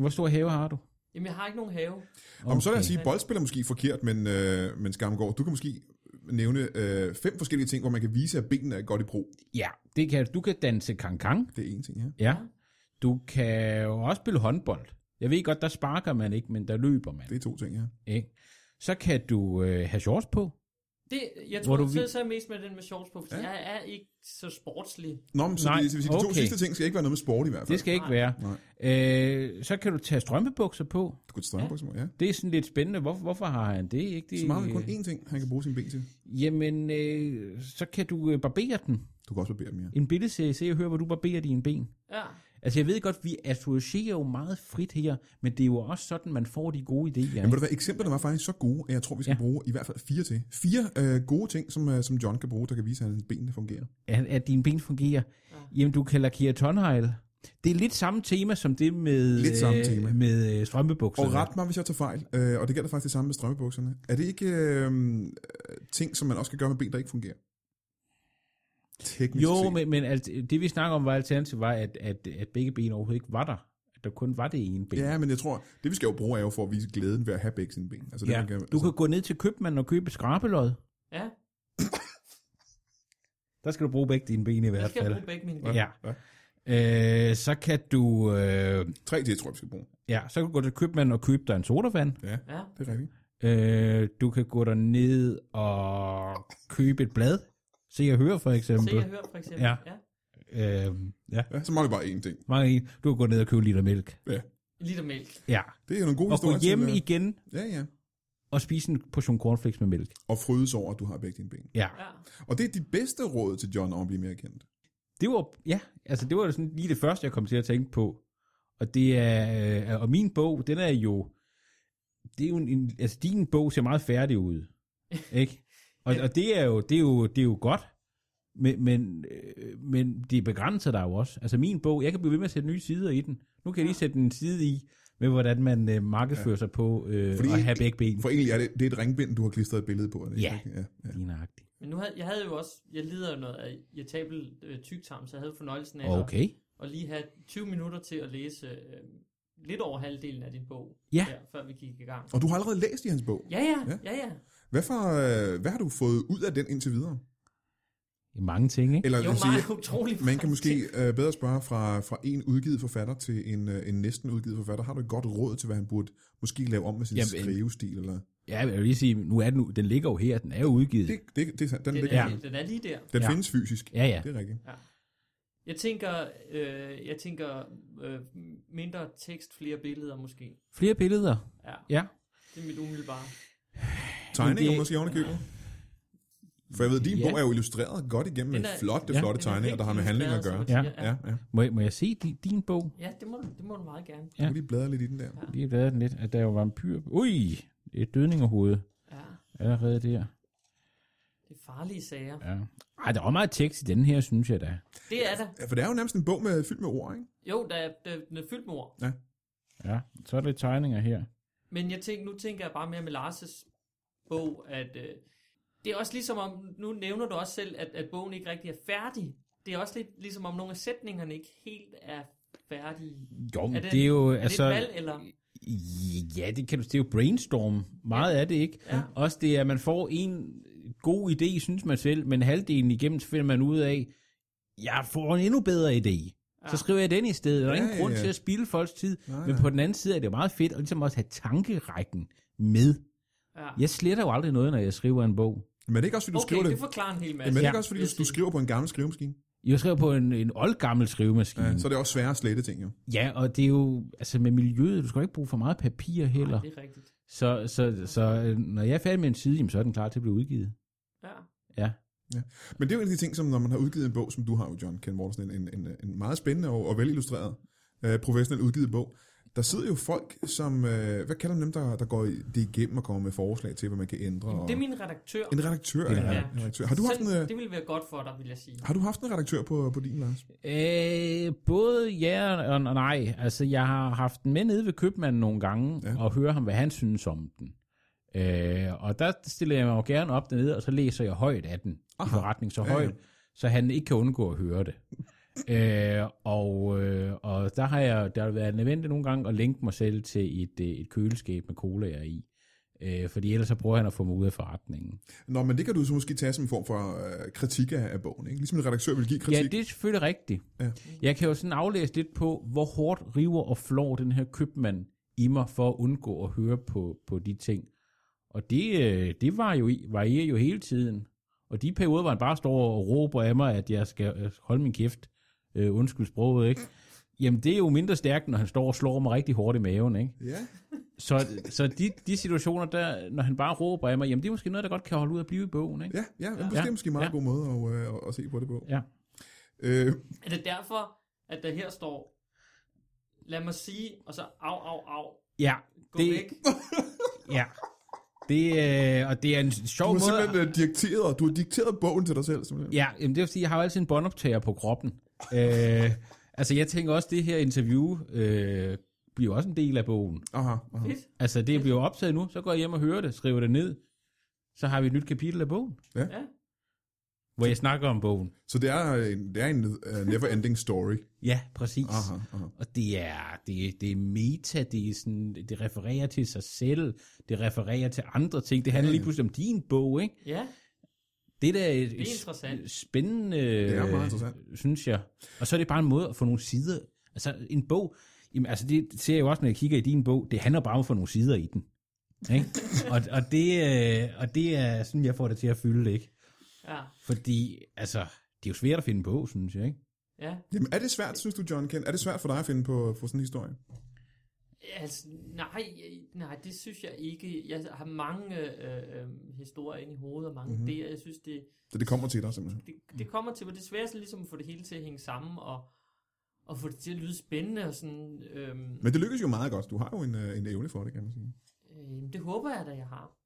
Hvor stor have har du?
Jamen, jeg har ikke nogen have.
Okay. Om så lad os sige, boldspiller er måske forkert, men, øh, men Skamgaard, du kan måske nævne øh, fem forskellige ting, hvor man kan vise, at benene er godt i brug.
Ja, det kan, du kan danse kankang.
Det er en ting, ja.
Ja. Du kan jo også spille håndbold. Jeg ved godt, der sparker man ikke, men der løber man.
Det er to ting, ja.
Ikke? Så kan du øh, have shorts på.
Det, jeg
Hvor
tror,
du
du
vil-
til, så er jeg mest med den med shorts på, fordi
Ja.
ja. jeg er ikke så sportslig.
Nå, men så
Nej,
Nej, det, så vil sige, de to
okay.
sidste ting skal ikke være noget med sport i hvert fald.
Det skal ikke være. Øh, så kan du tage strømpebukser på.
Du kan strømbukser, ja. ja.
Det er sådan lidt spændende. Hvor, hvorfor har han det? Ikke? det øh,
Så meget er kun én ting, han kan bruge sine ben til.
Jamen, øh, så kan du øh, barbere den.
Du kan også barbere dem, ja.
En billedserie, se og hør, hvor du barberer dine ben.
Ja.
Altså, jeg ved godt, vi associerer jo meget frit her, men det er jo også sådan, man får de gode idéer.
Men ved
ikke?
du hvad, eksemplerne var faktisk så gode, at jeg tror, vi skal
Ja.
ja. bruge i hvert fald fire til. Fire øh, gode ting, som, øh, som John kan bruge, der kan vise, at hans benene fungerer.
At, at dine ben fungerer. Ja. Jamen, du kan lakere tonhejl. Det er lidt samme tema som det med,
Lidt samme
øh,
tema.
med øh, strømpebukser.
Og ret mig, hvis jeg tager fejl, øh, og det gælder faktisk det samme med strømmebukserne. Er det ikke øh, øh, ting, som man også kan gøre med ben, der ikke fungerer? Teknisk
Jo,
set.
men, men alt, det vi snakker om var alternativet, var, at, at, at begge ben overhovedet ikke var der. At der kun var det ene ben.
Ja, men jeg tror, det vi skal jo bruge er jo for at vise glæden ved at have begge sine ben. Altså, det,
ja.
man kan,
Du
altså,
kan gå ned til købmanden og købe skrabelod.
Ja.
Der skal du bruge begge dine ben i
Jeg
hvert
skal jeg
fald.
bruge begge mine ben.
Ja. ja. Øh, så kan du øh,
Tre det tror jeg, vi skal bruge.
ja, så kan du gå til købmanden og købe dig en sodavand.
Ja,
Ja.
det er rigtigt.
Øh, du kan gå derned og købe et blad. Se jeg hører for
Se, jeg
eksempel.
hører for eksempel.
Ja.
ja.
Øh, ja.
Ja, så mangler vi bare én ting.
Mange, du kan gå ned og købe en liter mælk.
Ja,
En liter mælk.
Ja.
det er jo en god
Og
historie.
gå hjem
til, øh,
igen
Ja, ja.
og spise en portion cornflakes med mælk.
Og frydes over, at du har begge dine ben.
Ja.
Ja.
Og det er de bedste råd til John om at blive mere kendt.
Det var, ja, altså det var sådan lige det første, jeg kom til at tænke på. Og det er, øh, og min bog, den er jo, det er jo en- en, altså din bog ser meget færdig ud, ikke? Og, og det er jo, det er jo, det er jo godt, men, men, øh, men det begrænser dig jo også. Altså min bog, jeg kan blive ved med at sætte nye sider i den. Nu kan jeg lige sætte en side i, med hvordan man øh, markedsfører sig på øh,
Fordi-
at have begge ben.
For egentlig er det, det er et ringbind, du har klistret et billede på. er det ikke
Ja.
rigtigt? ja, ja.
Ligneragtigt.
Men nu havde, jeg havde jo også, jeg lider jo noget af irritabel øh, tygtarm, så jeg havde fornøjelsen af at,
Okay.
at lige have 20 minutter til at læse øh, lidt over halvdelen af din bog,
Ja.
der, før vi gik i gang.
Og du har allerede læst i hans bog.
Ja, ja,
Ja.
ja, ja. ja.
Hvad, for, øh, hvad har du fået ud af den indtil videre?
Mange ting, ikke?
Eller
Jo,
lad os sige,
meget utroligt.
man kan måske øh, bedre spørge fra, fra en udgivet forfatter til en, øh, en næsten udgivet forfatter. Har du et godt råd til, hvad han burde måske lave om med sin
Jamen,
Jamen,
en-
skrivestil? Eller?
Ja, jeg vil lige sige, nu er den, u- den ligger jo her, den er jo udgivet.
Det, det, det er sandt. Den,
Den,
den,
er,
Ja.
den er lige der.
den
Ja.
ja. findes fysisk.
Ja, ja.
Det er rigtigt.
Jeg tænker, øh, jeg tænker øh, mindre tekst, flere billeder måske.
Flere billeder.
Ja,
Ja.
det er mit umiddelbare.
Tegninger
det- Mm,
måske ovenikøbet. For jeg ved, din
Ja.
ja. bog er jo illustreret godt igennem med
Den er-
flotte,
Ja.
flotte
Den er
tegninger, der har med
rigtig
handling at gøre. Ja,
inspireret, som
gøre.
man siger.
ja. ja.
Må, jeg- må jeg se di, din bog?
ja. det, må du, det må du meget gerne.
Du kan lige bladre lidt i den der.
Lige har bladret den lidt, at der jo var vampyr. Ui, et dødningerhoved
Ja.
allerede der.
Det er farlige sager.
Ja. Ej, der er også meget tekst i den her, synes jeg da.
Det er der.
Ja, for det er jo nærmest en bog med, fyldt med ord, ikke?
Jo, der er, der, den er fyldt med ord.
Ja, så er der lidt tegninger her.
Men jeg tænker, nu tænker jeg bare mere med Lars' bog, at øh, det er også ligesom om, nu nævner du også selv, at, at bogen ikke rigtig er færdig. Det er også lidt ligesom om nogle af sætningerne ikke helt er færdige.
Jo, men
Er
det,
det-
det er jo...
Er altså, det et valg, eller?
Ja, det kan du, det er jo brainstorm. Meget ja. af det, ikke?
Ja.
Også det, at man får en god idé, synes man selv, men halvdelen igennem, så finder man ud af, jeg får en endnu bedre idé. Ja. Så skriver jeg den i stedet. Der er
Ja,
ingen
ja,
grund
ja.
til at spilde folks tid.
Nej,
men
nej.
på den anden side er det jo meget fedt at ligesom også have tankerækken med.
Ja.
Jeg sletter jo aldrig noget, når jeg skriver en bog.
Men er det ikke også, fordi du
Okay,
skriver
det.
det?
det forklarer en hel masse.
Men er det
Ja. Mhm.
ikke også, fordi du, du skriver på en gammel skrivemaskine?
Jeg skriver på en, en oldgammel skrivemaskine.
Ja,
Ja,
så er det også sværere at slette ting, jo.
ja, og det er jo... Altså med miljøet, du skal jo ikke bruge for meget papir heller.
Nej, det er rigtigt.
Så, så, så øh, når jeg er færdig med en side, jamen, så er den klar til at blive udgivet.
Ja.
Ja.
Men det er jo en af de ting, som når man har udgivet en bog, som du har jo, John Ken Mortensen, en, en, en meget spændende og, og velillustreret øh, professionelt udgivet bog. Der sidder jo folk, som, øh, hvad kalder man dem, der, der går i- det igennem og kommer med forslag til, hvad man kan ændre?
Jamen,
og,
det er min redaktør.
en redaktør,
Det er en
ja. en
redaktør.
redaktør. Har du haft en,
Selv-
øh,
Det ville være godt for dig, vil jeg sige.
har du haft en redaktør på, på din, Lars?
Øh, både ja og og nej. Altså, jeg har haft den med nede ved købmanden nogle gange, ja. og høre ham, hvad han synes om den. Øh, og der stiller jeg mig jo gerne op dernede, og så læser jeg højt af den, Aha. i forretning så
Ja, ja.
højt, så han ikke kan undgå at høre det. øh, og, øh, og der har jeg der har været nødvendigt nogle gange at linke mig selv til et, øh, et køleskab med colaer i. Øh, fordi ellers så prøver han at få mig ud af forretningen.
Nå, men det kan du så måske tage som en form for øh, kritik af, af bogen, ikke? Ligesom en redaktør vil give kritik.
Ja, det er selvfølgelig rigtigt.
Ja.
Ja. Jeg kan jo sådan aflæse lidt på, hvor hårdt river og flår den her købmand i mig for at undgå at høre på, på de ting. Og det, øh, det var jo, i- varierer jo hele tiden. Og de perioder, hvor han bare står og råber af mig, at jeg skal øh, holde min kæft, øh, undskyld sproget, ikke? Jamen, det er jo mindre stærkt, når han står og slår mig rigtig hårdt i maven, ikke?
ja.
Så, så de, de situationer, der, når han bare råber af mig, jamen, det er måske noget, der godt kan holde ud at blive i bogen, ikke?
Ja, ja, ja. det er måske en meget ja.
Ja.
god måde at, øh, at, at se på det på.
Ja.
Øh,
Er det derfor, at der her står, lad mig sige, og så af, af, af,
Ja,
gå det... væk?
Ja. Det, øh, og det er en
du
sjov
har
måde...
simpelthen øh, dikteret, du har dikteret bogen til dig selv, simpelthen.
Ja, jamen det vil sige, jeg har jo altid en båndoptager på kroppen. øh, altså jeg tænker også, det her interview øh, bliver også en del af bogen.
Aha, aha.
Fedt.
Altså det bliver optaget nu, så går jeg hjem og hører det, skriver det ned. Så har vi et nyt kapitel af bogen,
Ja.
hvor jeg snakker om bogen.
Så det er øh, en, det er en uh, never-ending story.
Ja, præcis.
Aha, aha.
Og det er, det, det er meta, det, er sådan, det refererer til sig selv, det refererer til andre ting. Det handler lige pludselig om din bog, ikke?
Ja,
Det der er et
er interessant.
s- spændende, det
er meget interessant.
synes jeg. Og så er det bare en måde at få nogle sider. Altså en bog, jamen, altså det ser jeg jo også, når jeg kigger i din bog, det handler bare om at få nogle sider i den. Ikke? og, og, det, øh, og det er sådan, jeg får det til at fylde, ikke?
ja,
Fordi, altså, det er jo svært at finde en bog, synes jeg, ikke?
ja.
Jamen, er det svært, synes du, John Ken? Er det svært for dig at finde på, på sådan en historie?
Altså, nej, nej, det synes jeg ikke. Jeg har mange øh, øh, historier inde i hovedet, og mange
Mhm.
mm-hmm. idéer. Jeg synes, det,
Så det kommer til dig, simpelthen.
det, det kommer til, hvor det er svært sådan ligesom at få det hele til at hænge sammen, og, og få det til at lyde spændende, og sådan, øhm,
Men det lykkes jo meget godt. Du har jo en, øh, en evne for det, kan man sige.
øh, det håber jeg da, jeg har.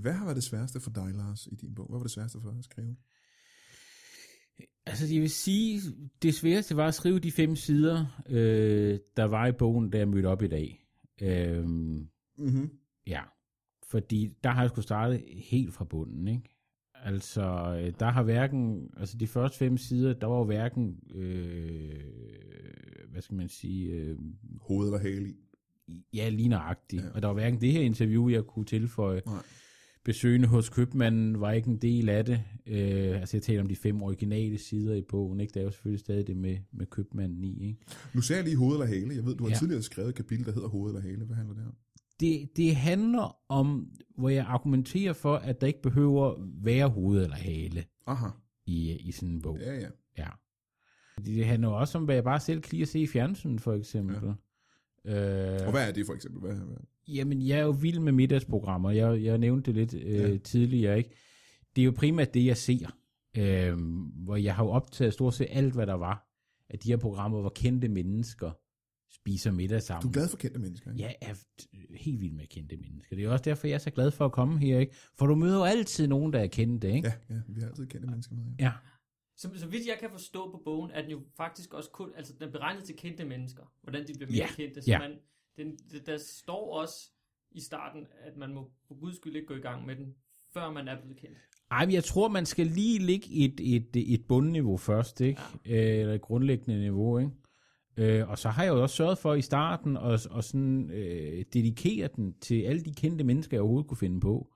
Hvad har været det sværeste for dig, Lars, i din bog? Hvad var det sværeste for dig at skrive?
Altså, jeg vil sige, det sværeste var at skrive de fem sider, øh, der var i bogen, da jeg mødte op i dag. Øh,
Mm-hmm.
Ja, fordi der har jeg skulle starte helt fra bunden, ikke? Altså, øh, der har hverken, altså de første fem sider, der var jo hverken, øh, hvad skal man sige, øh,
Hoved eller hale i?
ja, ligneragtigt. Ja. Og der var hverken det her interview, jeg kunne tilføje.
Nej.
Besøgende hos købmanden var ikke en del af det. Øh, altså, jeg taler om de fem originale sider i bogen, ikke? Der er jo selvfølgelig stadig det med, med købmanden i, ikke?
Nu ser jeg lige hoved eller hale. Jeg ved, du har ja.
Ja.
tidligere skrevet et kapitel, der hedder hoved eller hale. Hvad handler det om?
det, det handler om, hvor jeg argumenterer for, at der ikke behøver være hoved eller hale
Aha,
i, i sådan en bog.
ja, ja.
Ja. Fordi det handler jo også om, hvad jeg bare selv kan lide at se i fjernsynet, for eksempel. Ja.
Og
Øh,
hvad er det for eksempel? Hvad, hvad?
jamen, jeg er jo vild med middagsprogrammer. Jeg, jeg nævnte det lidt øh,
Ja.
ja. tidligere, ikke? Det er jo primært det, jeg ser. Øh, hvor jeg har jo optaget stort set alt, hvad der var af de her programmer, hvor kendte mennesker spiser middag
Du
sammen.
er glad for kendte mennesker, ikke?
Jeg er t- helt vild med kendte mennesker. Det er også derfor, jeg er så glad for at komme her, ikke? For du møder jo altid nogen, der er kendte, ikke?
Ja, ja, vi har altid kendte mennesker med. Ja.
Ja.
Så, så vidt jeg kan forstå på bogen, er den jo faktisk også kun, altså den er beregnet til kendte mennesker, hvordan de bliver mere
Ja,
kendte. Så
ja.
man, den, det- der står også i starten, at man må for guds skyld ikke gå i gang med den, før man er blevet kendt.
Ej, men jeg tror, man skal lige ligge et, et, et bundniveau først, ikke? Ja. Eller et grundlæggende niveau, ikke? Øh, og så har jeg jo også sørget for i starten at, at sådan, øh, dedikere den til alle de kendte mennesker, jeg overhovedet kunne finde på.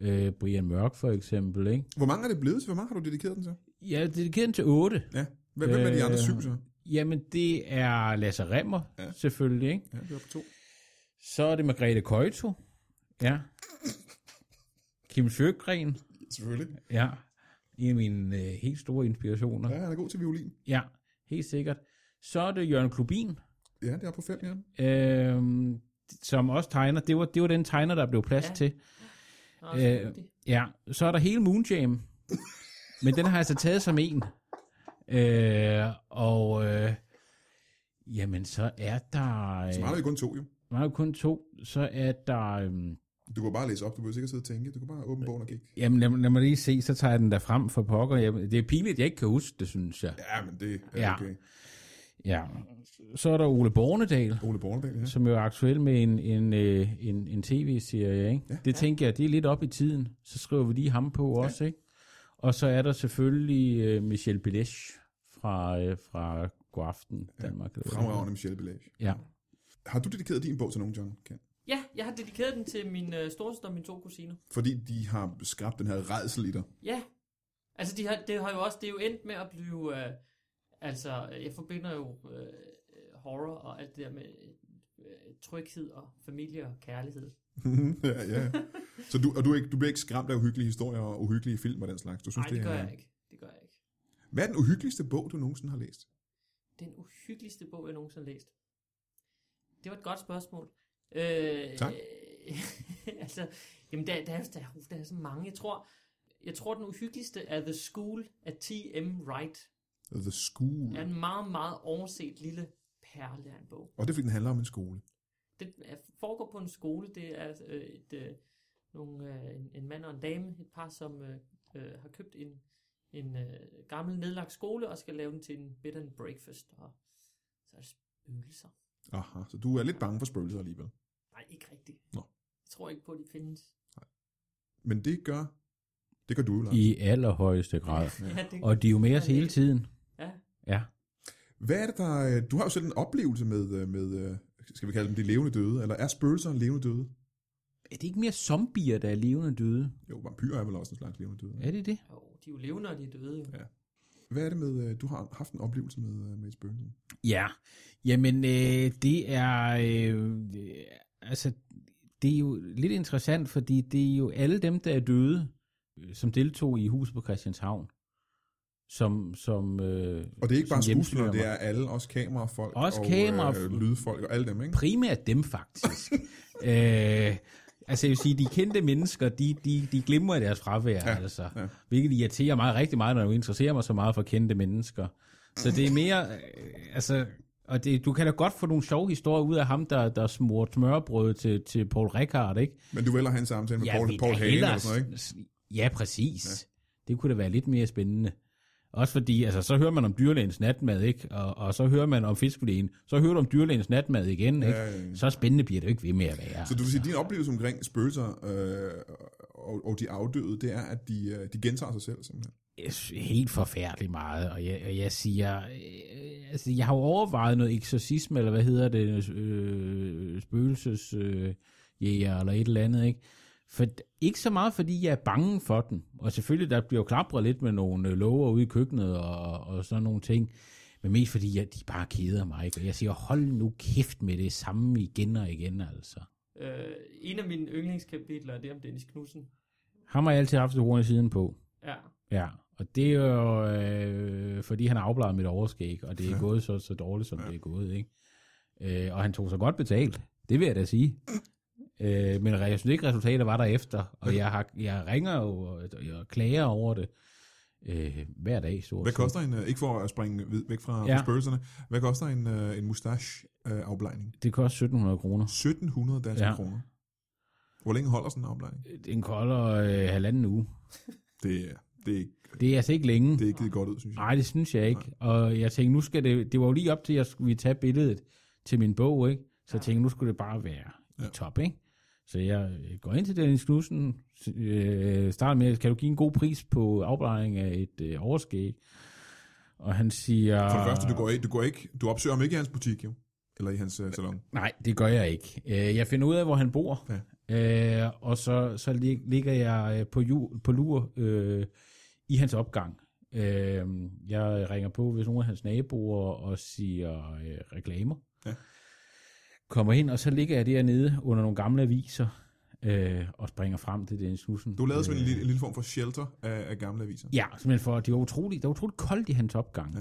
Øh, Brian Mørk for eksempel, ikke?
Hvor mange er det blevet til? Hvor mange har du dedikeret den til?
Jeg er dedikeret den til otte.
Ja. Hvem, hvem er de andre
Øh,
syv så?
Jamen, det er Lasse Remmer, ja. selvfølgelig, ikke?
Ja, det var på to.
Så er det Margrethe Køjto. Ja. Kim Sjøgren.
Selvfølgelig.
Ja. En af mine øh, helt store inspirationer.
Ja, han er god til violin.
Ja, helt sikkert. Så er det Jørgen Klubin,
Ja, det er på fem, ja.
øh, som også tegner. Det var, det var den tegner, der blev plads
Ja.
ja. til.
Nå, så
Øh,
dygtig.
Ja, så er der hele Moonjam. Men den har jeg så taget som en. Øh, og øh, jamen, så er der...
Så meget er vi kun to, jo.
der er jo kun to. Så er der... Øh,
Du kan bare læse op, du behøver sikkert sidde og tænke. Du kan bare åbne bogen og kigge.
jamen, lad, mig- lad mig lige se, så tager jeg den der frem for pokker. Jamen, det er pinligt, jeg ikke kan huske det, synes jeg.
Ja, men det er
Ja.
okay.
Ja. Så er der Ole Bornedal.
Ole Bornedal, ja.
som jo er aktuel med en, en, øh, en, en tv-serie. Ikke? Ja. Det tænker jeg, det er lidt op i tiden. Så skriver vi lige ham på ja. også. Ikke? Og så er der selvfølgelig øh, Michel Bilesch fra, øh, fra God Aften Danmark. eller hvad det
Fremragende Michelle Bellage.
hedder. Ja.
Har du dedikeret din bog til nogen, John? Ken?
Ja, jeg har dedikeret den til min øh, storesøster og mine to kusiner.
Fordi de har skabt den her redsel i dig.
Ja, altså de har, det har jo også, det er jo endt med at blive, øh, altså jeg forbinder jo øh, øh, horror og alt det der med øh, tryghed og familie og kærlighed.
ja, ja. Så du, og du, er ikke, du bliver ikke skræmt af uhyggelige historier og uhyggelige film og den slags? Du synes,
Nej, det gør
er,
jeg ikke. Det gør jeg ikke.
Hvad er den uhyggeligste bog, du nogensinde har læst?
Den uhyggeligste bog, jeg nogensinde har læst. Det var et godt spørgsmål. Øh,
Tak.
Øh, altså, jamen, der, der, er, der, er- der er så mange. Jeg tror, jeg tror, den uhyggeligste er The School af T.M. Wright.
The School.
Det er en meget, meget overset lille perle af en bog.
Og det er, fordi den handler om en skole.
Det er- foregår på en skole. Det er øh, et, øh, nogle, øh, en, en mand og en dame, et par, som øh, øh, har købt en, en øh, gammel nedlagt skole og skal lave den til en bed and breakfast. Og så er der spøgelser.
Aha, så du er lidt bange for spøgelser alligevel.
Nej, ikke rigtigt.
Nå.
Jeg tror ikke på, at de findes.
Men det gør, det gør du jo, Lars.
I allerhøjeste grad.
Ja, det,
Og de er jo med os hele tiden.
ja.
Ja.
Hvad er det, der... øh, Du har jo selv en oplevelse med, øh, med øh, skal vi kalde dem de levende døde, eller er spøgelser levende døde?
Er det ikke mere zombier, der er levende døde?
Jo, vampyrer er vel også en slags levende døde.
Er det det?
Jo, de er jo levende, og de er døde. Jo.
Ja. Hvad er det med, øh, du har haft en oplevelse med, øh, med et spøgelse?
Ja, jamen øh, det er, øh, øh, altså det er jo lidt interessant, fordi det er jo alle dem, der er døde, øh, som deltog i huset på Christianshavn, som, som øh,
Og det er ikke bare
som hjemsøger
skuespillere, det
mig.
er alle, også kamerafolk
Også
og øh,
kamerafolk.
lydfolk og alle dem, ikke?
primært dem faktisk. øh, altså jeg vil sige, de kendte mennesker, de, de, de glemmer i deres fravær, ja, altså. Ja. Hvilket irriterer mig rigtig meget, når jeg interesserer mig så meget for kendte mennesker. Så det er mere, øh, altså, og det, du kan da godt få nogle sjove historier ud af ham, der, der smurte smørbrød til, til Paul Rickard, ikke?
Men du vil hellere have en samtale med Paul,
vi
Paul
da
Hagen
hellere
eller sådan noget, ikke?
s- Ja, præcis. Ja. Det kunne da være lidt mere spændende. Også fordi, altså, så hører man om dyrlægens natmad, ikke? Og, og så hører man om fiskelægen. Så hører du om dyrlægens natmad igen, ikke?
Ja, ja, ja.
Så spændende bliver det jo ikke ved med at være.
Så du vil sige, at din oplevelse omkring spøgelser øh, og, og de afdøde, det er, at de, øh, de gentager sig selv, simpelthen.
s- helt forfærdeligt meget, og jeg, og jeg siger, øh, altså jeg har jo overvejet noget eksorcisme, eller hvad hedder det, øh, spøgelsesjæger, øh, jæger eller et eller andet, ikke? For, ikke så meget, fordi jeg er bange for den, og selvfølgelig der bliver jo klapret lidt med nogle øh, låger ude i køkkenet og, og sådan nogle ting, men mest fordi, jeg, de bare keder mig, ikke? Og jeg siger, hold nu kæft med det samme igen og igen, altså.
Øh, en af mine yndlingskapitler er det om Dennis Knudsen.
Ham har jeg altid haft ordene siden på.
Ja.
Ja, og det er jo, øh, fordi han afbladede mit overskæg, og det er gået så, så dårligt, som ja. det er gået, ikke? Øh, og han tog sig godt betalt, det vil jeg da sige. Øh, men jeg synes ikke, resultater var der efter, og jeg, har, jeg ringer jo og jeg klager over det øh, hver dag, stort
Hvad
set.
koster en, øh, ikke for at springe vid- væk fra
Ja.
ja. spøgelserne, hvad koster en, øh, en mustache øh, afblejning.
Det koster 1700 kroner.
1700 danske ja.
Ja.
kroner. Hvor længe holder sådan en afblejning?
Den kolder øh, halvanden uge.
Det, er- det, er ikke-
Det er altså ikke længe.
det er ikke givet godt ud, synes jeg.
Nej, det synes jeg ikke. Og jeg tænkte, nu skal det... Det var jo lige op til, at jeg skulle tage billedet til min bog, ikke? Så jeg tænkte, nu skulle det bare være ja. i top, ikke? Så jeg øh, går ind til Dennis Knudsen, s- øh, starter med, kan du give en god pris på afblejning af et øh, overskæg? Og han siger...
For det første, du går, ikke, du går ikke, du opsøger ham ikke i hans butik, jo. Eller i hans øh, salon.
Nej, det gør jeg ikke. Øh, Jeg finder ud af, hvor han bor, ja. og så, så lig- ligger jeg øh, på, jul, på lur øh, i hans opgang. Øh, Jeg ringer på, hvis nogle af hans naboer og siger øh, reklamer.
Ja.
Kommer ind, og så ligger jeg dernede under nogle gamle aviser øh, og springer frem til den snusen.
Du lavede sådan en lille, en lille form for shelter af, af gamle aviser.
Øh, Ja, simpelthen for, det var utroligt, det var utroligt koldt i hans opgang.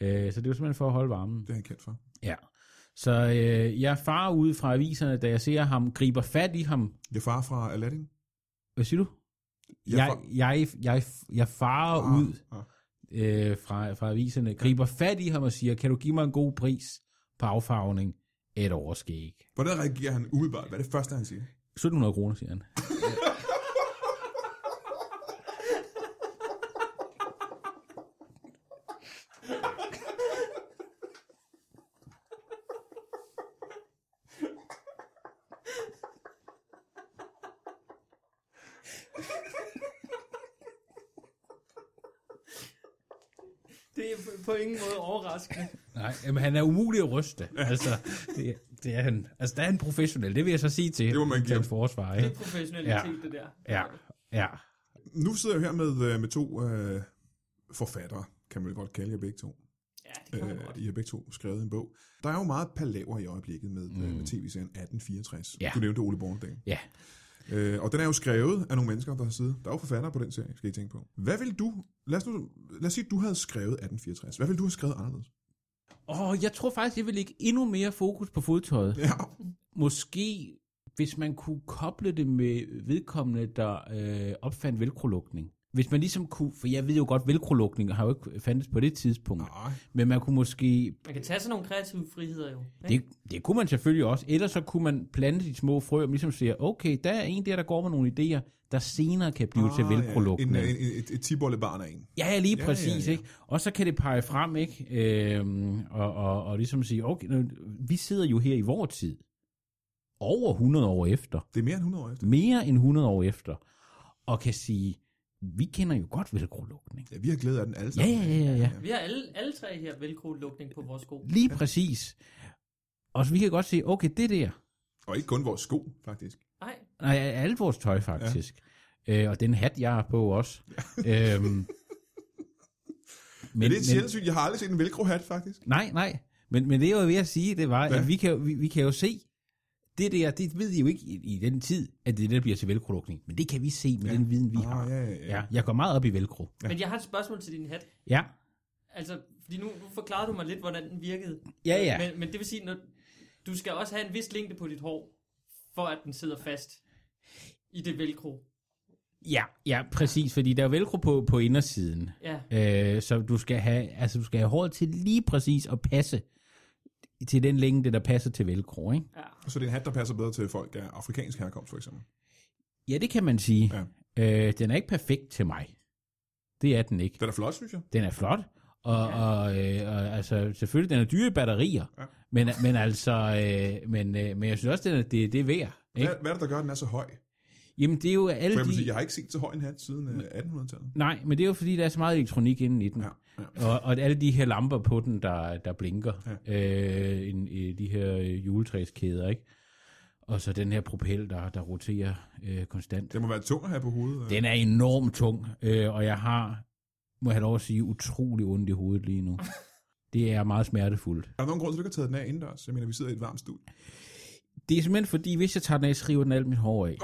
Ja. Øh, så det var simpelthen for at holde varmen.
Det er han kendt for.
Ja. Så øh, jeg farer ud fra aviserne, da jeg ser ham, griber fat i ham.
Jeg far fra Aladdin.
Hvad siger du?
Jeg
Jeg,
far-
jeg, jeg, jeg farer
Ah,
ud
ah.
øh, fra, fra aviserne, griber fat i ham og siger, kan du give mig en god pris på affarvning af et overskæg?
Hvordan reagerer han umiddelbart? Hvad er det første, han siger?
1700 kroner, siger han.
Det er på- på ingen måde overraskende.
Nej, jamen, han er umulig at ryste. Altså, det, det er han. Altså, der er han professionel. Det vil jeg så sige til,
Det må man give
til
ham.
hans forsvar.
Det er
Ikke?
professionalitet, ja. det der.
Ja, ja.
Nu sidder jeg her med, øh, med to øh, forfattere, kan man vel godt kalde jer begge to.
Ja, det kan man
Øh,
godt.
I har begge to skrevet en bog. Der er jo meget palaver i øjeblikket med, mm. med tv-serien 1864.
Ja.
Du nævnte Ole Bornedal.
ja.
Øh, og den er jo skrevet af nogle mennesker, der har siddet. Der er jo forfattere på den serie, skal I tænke på. Hvad vil du... Lad os, nu, lad os sige, at du havde skrevet 1864. Hvad ville du have skrevet anderledes?
Og jeg tror faktisk, jeg vil lægge endnu mere fokus på fodtøjet.
Ja,
måske, hvis man kunne koble det med vedkommende, der øh, opfandt velcrolukning. Hvis man ligesom kunne, for jeg ved jo godt, velcrolukning har jo ikke fandtes på det tidspunkt.
Nej.
Men man kunne måske,
Man kan tage sådan nogle kreative friheder jo. ikke?
det, det kunne man selvfølgelig også, ellers så kunne man plante de små frø, og ligesom sige, okay, der er en der, der går med nogle idéer, der senere kan blive ah, til velcrolukning.
Ja, en, en, en, et, et tibollebarn af en.
Ja, ja, lige
Ja, ja,
præcis,
ja.
ikke? Og så kan det pege frem, ikke? Øhm, og, og, og ligesom sige, okay, nu, vi sidder jo her i vor tid, over 100 år efter.
Det er mere end 100 år efter.
mere end 100 år efter, og kan sige, vi kender jo godt velcro-lukning.
Ja, vi har glæde af den alle sammen.
Ja, ja, ja, ja, ja.
Vi har alle, alle tre her velcro-lukning på vores sko.
Lige præcis. Og så vi kan godt se, okay, det der,
Og ikke kun vores sko, faktisk.
Nej,
nej, alt vores tøj faktisk, ja. øh, og den hat, jeg har på også. øhm, men,
Men,
men,
det er sjældent sygt. Jeg har aldrig set en velcro hat, faktisk.
nej, nej, men, men det jeg var ved at sige, det var,
Ja.
ja. at vi kan, jo- vi, vi kan jo se, det der, det ved I jo ikke i, i den tid, at det der bliver til velcro-lukning, men det kan vi se med ja. den viden, vi
Ah,
har.
ja, ja, ja.
jeg går meget op i velcro.
men jeg har et spørgsmål til din hat.
Ja,
Altså, fordi nu, nu forklarede du mig lidt, hvordan den virkede.
Ja, ja.
Men, men det vil sige, når, du skal også have en vis længde på dit hår, for at den sidder fast i det velcro.
Ja, ja, præcis, fordi der er velcro på, på indersiden.
Ja,
Øh, så du skal, have, altså, du skal have håret til lige præcis at passe til den længde, der passer til velcro, ikke?
ja.
Så det er en hat, der passer bedre til folk af afrikansk herkomst, for eksempel.
Ja, det kan man sige.
Ja.
Øh, den er ikke perfekt til mig. Det er den ikke.
Den er flot, synes jeg.
Den er flot, og, og, øh, og altså, selvfølgelig, den er dyre i batterier, ja. men, men altså, øh, men, øh, men jeg synes også, den er, det, det er værd, ikke?
Hvad, hvad er det, der gør, at den er så høj?
Jamen, det er jo
For
alle
jeg, vil
de...
sige, jeg har ikke set så høj en hat siden øh, 1800-tallet.
Nej, men det er jo fordi, der er så meget elektronik inde i den.
Ja,
ja. Og, og alle de her lamper på den, der, der blinker. Ja. Øh, en, øh, de her øh, juletræskæder, ikke? Og så den her propel, der, der roterer øh, konstant.
Det må være tung at have på hovedet. øh.
Den er enormt tung, øh, og jeg har, må jeg have lov at sige, utrolig ondt i hovedet lige nu. Det er meget smertefuldt.
Er der nogen grund til, at du ikke har taget den af indendørs? Jeg mener, vi sidder i et varmt studie.
Det er simpelthen fordi, hvis jeg tager den af, så river den alt mit hår af.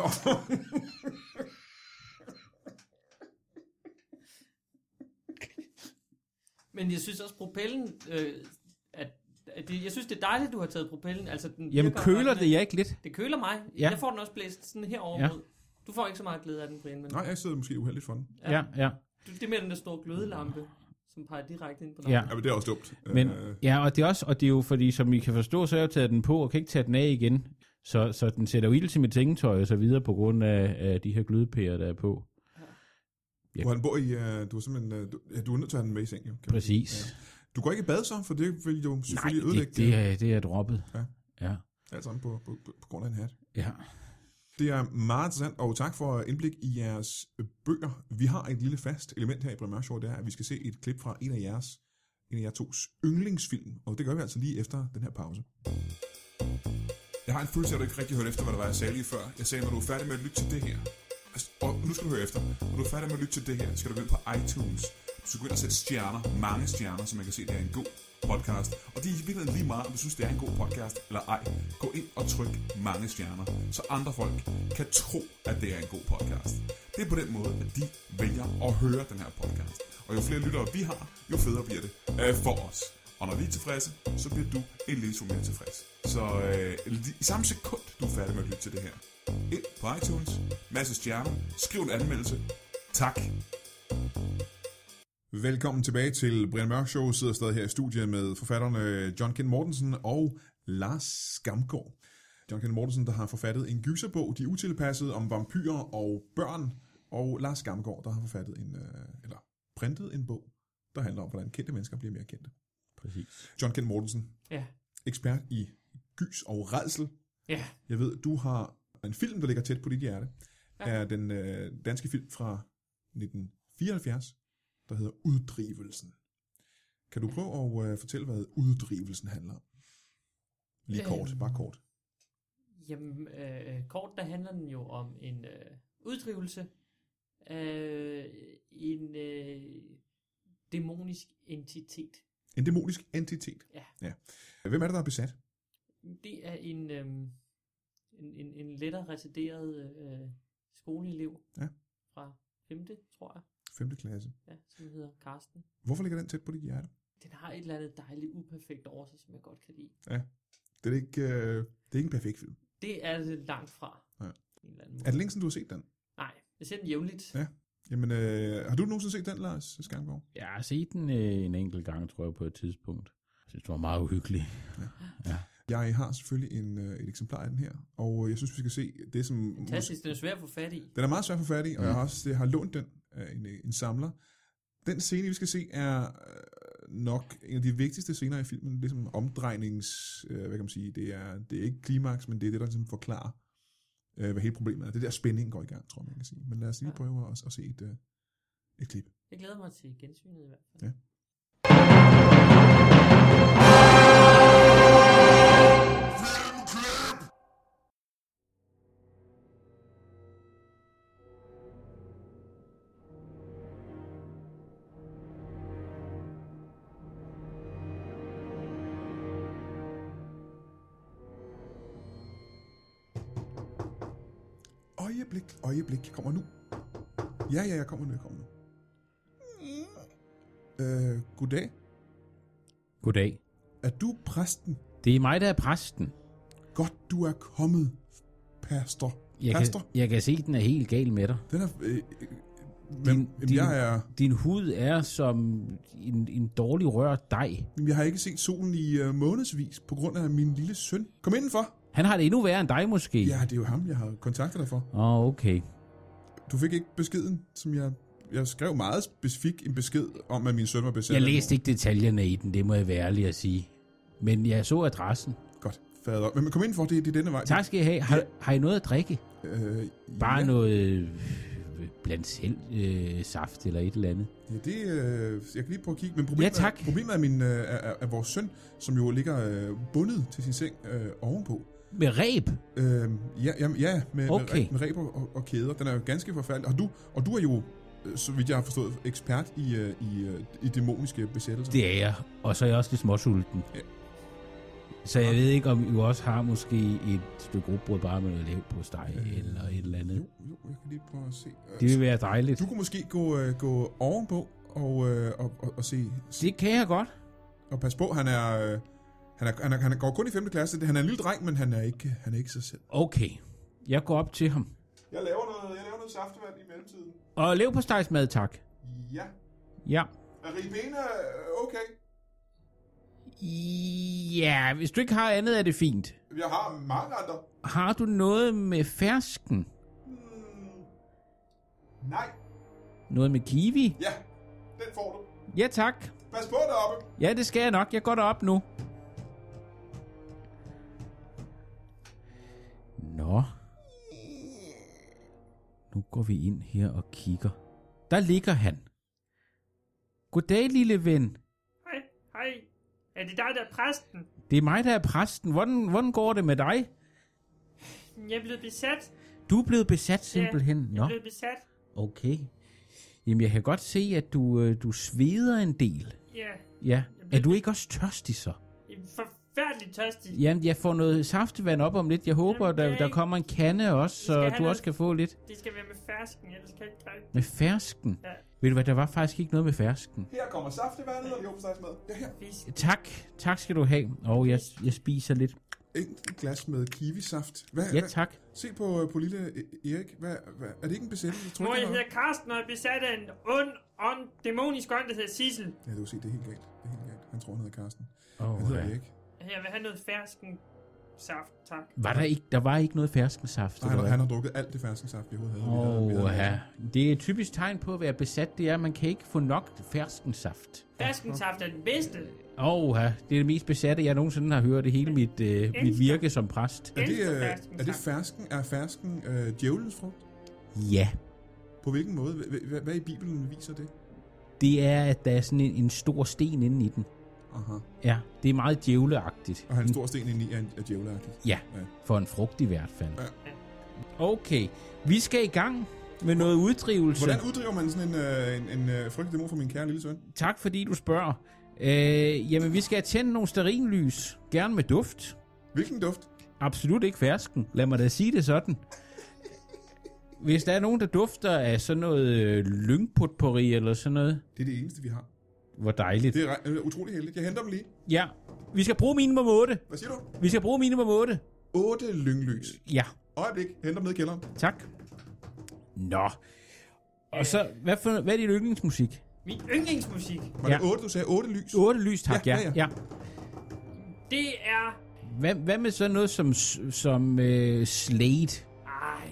Men jeg synes også, propellen... Øh, at, at det, jeg synes, det er dejligt, du har taget propellen. Altså, den
Jamen
virker
køler
godt,
det jeg ikke lidt?
Det køler mig. Ja.
Ja.
Jeg får den også blæst sådan herover ja.
Ja.
mod. Du får ikke så meget glæde af den, Brian, men
Nej, jeg sidder måske uheldigt for den.
Ja, ja.
du, det er mere den der store glødelampe. som peger direkte ind på
Ja.
Ja, men det er også dumt.
Men,
Øh,
ja, og det er også, og det er jo fordi, som I kan forstå, så har jeg jo taget den på og kan ikke tage den af igen. Så, så den sætter jo ild til mit sengetøj og så videre på grund af, af de her glødepærer, der er på. Ja.
Hvor han bor i, øh, du er simpelthen, øh, du, ja, du er nødt til at have den med i seng, jo. kan man
Præcis.
sige. Ja. Du går ikke i bad så, for det vil jo
Nej,
selvfølgelig ødelægge
det, det, er, det er droppet.
Ja.
Ja.
alt sammen på, på, på, på grund af en hat.
ja.
Det er meget interessant, og tak for indblik i jeres øh, bøger. Vi har et lille fast element her i Bremer Show, det er, at vi skal se et klip fra en af jeres en af jer tos yndlingsfilm, og det gør vi altså lige efter den her pause.
Jeg har en følelse af, at du ikke rigtig hørte efter, hvad der var, jeg sagde lige før. Jeg sagde, når du er færdig med at lytte til det her, altså, og nu skal du høre efter, når du er færdig med at lytte til det her, skal du gå ind på iTunes. Du skal gå ind og sætte stjerner, mange stjerner, så man kan se, at det er en god podcast. Og det er i virkeligheden lige meget, om du synes, det er en god podcast eller ej. Gå ind og tryk mange stjerner, så andre folk kan tro, at det er en god podcast. Det er på den måde, at de vælger at høre den her podcast. Og jo flere lyttere vi har, jo federe bliver det øh, for os. Og når vi er tilfredse, så bliver du en lille smule mere tilfreds. Så øh, lige- i samme sekund, du er færdig med at lytte til det her. Ind på iTunes, masse stjerner, skriv en anmeldelse. Tak.
Velkommen tilbage til Brian Mørk Show. Jeg sidder stadig her i studiet med forfatterne John Ken Mortensen og Lars Skamgaard. John Ken Mortensen, der har forfattet en gyserbog, De Utilpassede, om vampyrer og børn. Og Lars Skamgaard, der har forfattet en, øh, eller printet en bog, der handler om, hvordan kendte mennesker bliver mere kendte.
Præcis.
John Ken Mortensen,
Ja.
ekspert i gys og redsel.
Ja.
Jeg ved, du har en film, der ligger tæt på dit hjerte. Ja. er den øh, danske film fra 1974, der hedder Uddrivelsen. Kan du prøve at øh, fortælle, hvad Uddrivelsen handler om? Lige
Øhm.
kort, bare kort.
Jamen, øh, kort der handler den jo om en øh, uddrivelse af en øh, dæmonisk entitet.
En dæmonisk entitet.
Ja.
ja. Hvem er det, der er besat?
Det er en, øh, en, en, en lettere retarderet øh, skoleelev
Ja.
fra 5. tror jeg,
5. klasse.
ja, som hedder Karsten.
Hvorfor ligger den tæt på dit hjerte?
Den har et eller andet dejligt uperfekt over sig, som jeg godt kan lide.
Det er ikke, øh, det er ikke en perfekt film.
Det er det langt fra.
Ja.
En eller anden måde.
Er det længe siden, du har set den?
Nej, jeg ser den jævnligt.
Ja. Jamen, øh, har du nogensinde set den, Lars Skamgaard?
Jeg har set den øh, en enkelt gang, tror jeg, på et tidspunkt. Jeg synes, det var meget uhyggeligt.
Jeg har selvfølgelig en, øh, et eksemplar af den her, og øh, jeg synes, vi skal se det, som... måske-
Fantastisk, den er svær at få fat i.
Den er meget svær at få fat i, og jeg har også jeg har lånt den af en, øh, en samler. Den scene, vi skal se, er øh, nok en af de vigtigste scener i filmen. Ligesom omdrejnings... Øh, hvad kan man sige? Det er, det er ikke klimaks, men det er det, der ligesom forklarer, øh, hvad hele problemet er. Det er der spændingen går i gang, tror jeg, man kan sige. Men lad os lige
Ja.
prøve at, at se et, øh, et klip.
Jeg glæder mig til gensynet i hvert fald.
Ja. Øjeblik, øjeblik, jeg kommer nu. Ja, ja, jeg kommer nu, jeg kommer nu. Øh, goddag.
Goddag.
Er du præsten?
Det er mig, der er præsten.
Godt, du er kommet, pastor.
Jeg
pastor?
kan, jeg kan se, at den er helt gal med dig.
Den er... Øh, øh, men,
Din-
jamen,
din-
jeg, er,
Din hud er som en, en dårlig rørt dej.
jamen, jeg har ikke set solen i øh, månedsvis på grund af min lille søn. Kom indenfor.
Han har det endnu værre end dig, måske.
Ja, det er jo ham, jeg har kontaktet dig for.
Åh, oh, okay.
Du fik ikke beskeden, som jeg... Jeg skrev meget specifik en besked om, at min søn var besat.
Jeg
af-
læste ikke detaljerne i den, det må jeg være ærlig at sige. Men jeg så adressen.
Godt, fader. Men kom indenfor, det, det er denne vej.
Tak skal I have. Har, har I noget at drikke?
Øh,
Bare
ja.
ja. noget øh, blandt selv øh, saft eller et eller andet.
Ja, det, øh, jeg kan lige prøve at kigge, men problemet,
Ja, tak.
er, problemet er, min, øh, er, er- er vores søn, som jo ligger øh, bundet til sin seng øh, ovenpå.
Med ræb?
Øh, ja, jamen, ja, med, okay. med,
Okay.
ræb- med ræber og, og kæder. Den er jo ganske forfærdelig. Og du, og du er jo, øh, så vidt jeg har forstået, ekspert i, øh, i, øh, i dæmoniske besættelser.
Det er jeg. Og så er jeg også lidt småsulten.
Ja.
Så jeg ved ikke, om I også har måske et stykke rugbrød bare med noget lav på steg eller et eller andet.
Øh, Jo, jo, jeg kan lige prøve at se. Øh,
Det vil være dejligt.
Du kunne måske gå, øh, gå ovenpå og, øh, og, og, og se...
Det kan jeg godt.
Og pas på, han er... Øh, han, er, han, er, han går kun i 5. klasse. Han er en lille dreng, men han er ikke, han er ikke sig selv.
Okay. Jeg går op til ham.
Jeg laver noget, jeg laver noget saftevand i mellemtiden.
Og lev på stegsmad, tak.
Ja.
Ja.
Ribena, øh, okay.
Ja, hvis du ikke har andet, er det fint.
Jeg har mange andre.
Har du noget med fersken?
Hmm. Nej.
Noget med kiwi?
Ja, den får du.
Ja, tak.
Pas på deroppe.
Ja, det skal jeg nok. Jeg går derop nu. Nå. Nu går vi ind her og kigger. Der ligger han. Goddag, lille ven.
Hej, hej. Er det dig, der er præsten?
Det er mig, der er præsten. Hvordan, hvordan går det med dig?
Jeg er blevet besat.
Du er blevet besat simpelthen.
Jeg er
Nå,
blevet besat.
okay. Jamen, jeg kan godt se, at du, øh, du sveder en del.
Ja,
Ja. Er du ikke også tørstig så?
jeg er forfærdeligt tørstig.
Jamen, jeg får noget saftevand op om lidt. Jeg håber,
Jamen,
Jamen,
det er
der, der
ikke-
kommer en kande også,
skal
så
have
du
noget-
også kan få lidt.
Det skal være med fersken, ellers kan jeg ikke drikke.
Med fersken?
Ja.
Ved du hvad, der var faktisk ikke noget med fersken.
Her kommer saftevandet og jordbærstegsmad. Ja, her.
Fisk.
Tak. Tak skal du have. Og jeg, jeg spiser lidt.
Et glas med kiwisaft. Hvad,
Ja,
hvad-
tak.
Se på, øh, på lille øh, Erik. Hvad, hvad, er det ikke en besættelse? Tror
Mor,
ikke,
jeg
han er-
hedder Karsten, og jeg er besat af en ond, ond, dæmonisk ånd, der hedder Sissel.
Ja, du kan se, det er helt galt. Det er helt galt. Han tror, han hedder Karsten.
Oh,
Han hedder
ja.
Erik.
Jeg vil have noget fersken saft, tak.
Var der ikke, der var ikke noget ferskensaft?
Nej, han, har- han har drukket alt det ferskensaft, vi overhovedet havde. Vi havde- vi
Åh,
havde-
oh, ja. Det er et typisk tegn på at være besat, det er, at man kan ikke få nok ferskensaft.
Ferskensaft er den bedste.
Åh, oh, ja. det er det mest besatte, jeg nogensinde har hørt i hele mit, øh, mit virke som præst.
Er det,
Elsker
øh, er det
ferskensaft.
fersken? Er fersken øh, djævelens frugt?
Ja.
På hvilken måde? Hva- hva- Hvad, hvad i Bibelen viser det?
Det er, at der er sådan en, en stor sten inde i den.
Aha.
Ja, det er meget djævleagtigt.
Og han stor sten ind i er, er djævleagtig.
Ja,
Ja.
for en frugt i hvert fald.
Ja.
Okay, vi skal i gang med noget uddrivelse.
Hvordan uddriver man sådan en, øh, en, en øh, frygtelig dæmon fra min kære lille søn?
Tak fordi du spørger. Øh, jamen, vi skal tænde nogle sterinlys. Gerne med duft.
Hvilken duft?
Absolut ikke fersken. Lad mig da sige det sådan. Hvis der er nogen, der dufter af sådan noget øh, lyngpotpourri eller sådan noget.
Det er det eneste, vi har.
Hvor dejligt.
Det er re- øh, utrolig heldigt. Jeg henter dem lige.
Ja, vi skal bruge minimum 8.
Hvad siger du?
Vi skal bruge minimum 8.
8 lynglys.
Ja,
Øjeblik. Jeg henter dem ned i kælderen.
tak. Nå. Og så,
Øh.
hvad, for, hvad er din yndlingsmusik?
Min yndlingsmusik,
Var det 8, du sagde? 8 lys?
8 lys, tak.
Ja,
Ja,
ja,
ja.
ja.
ja.
det er...
Hvad, hvad med sådan noget som, som øh, Slate?
Ej,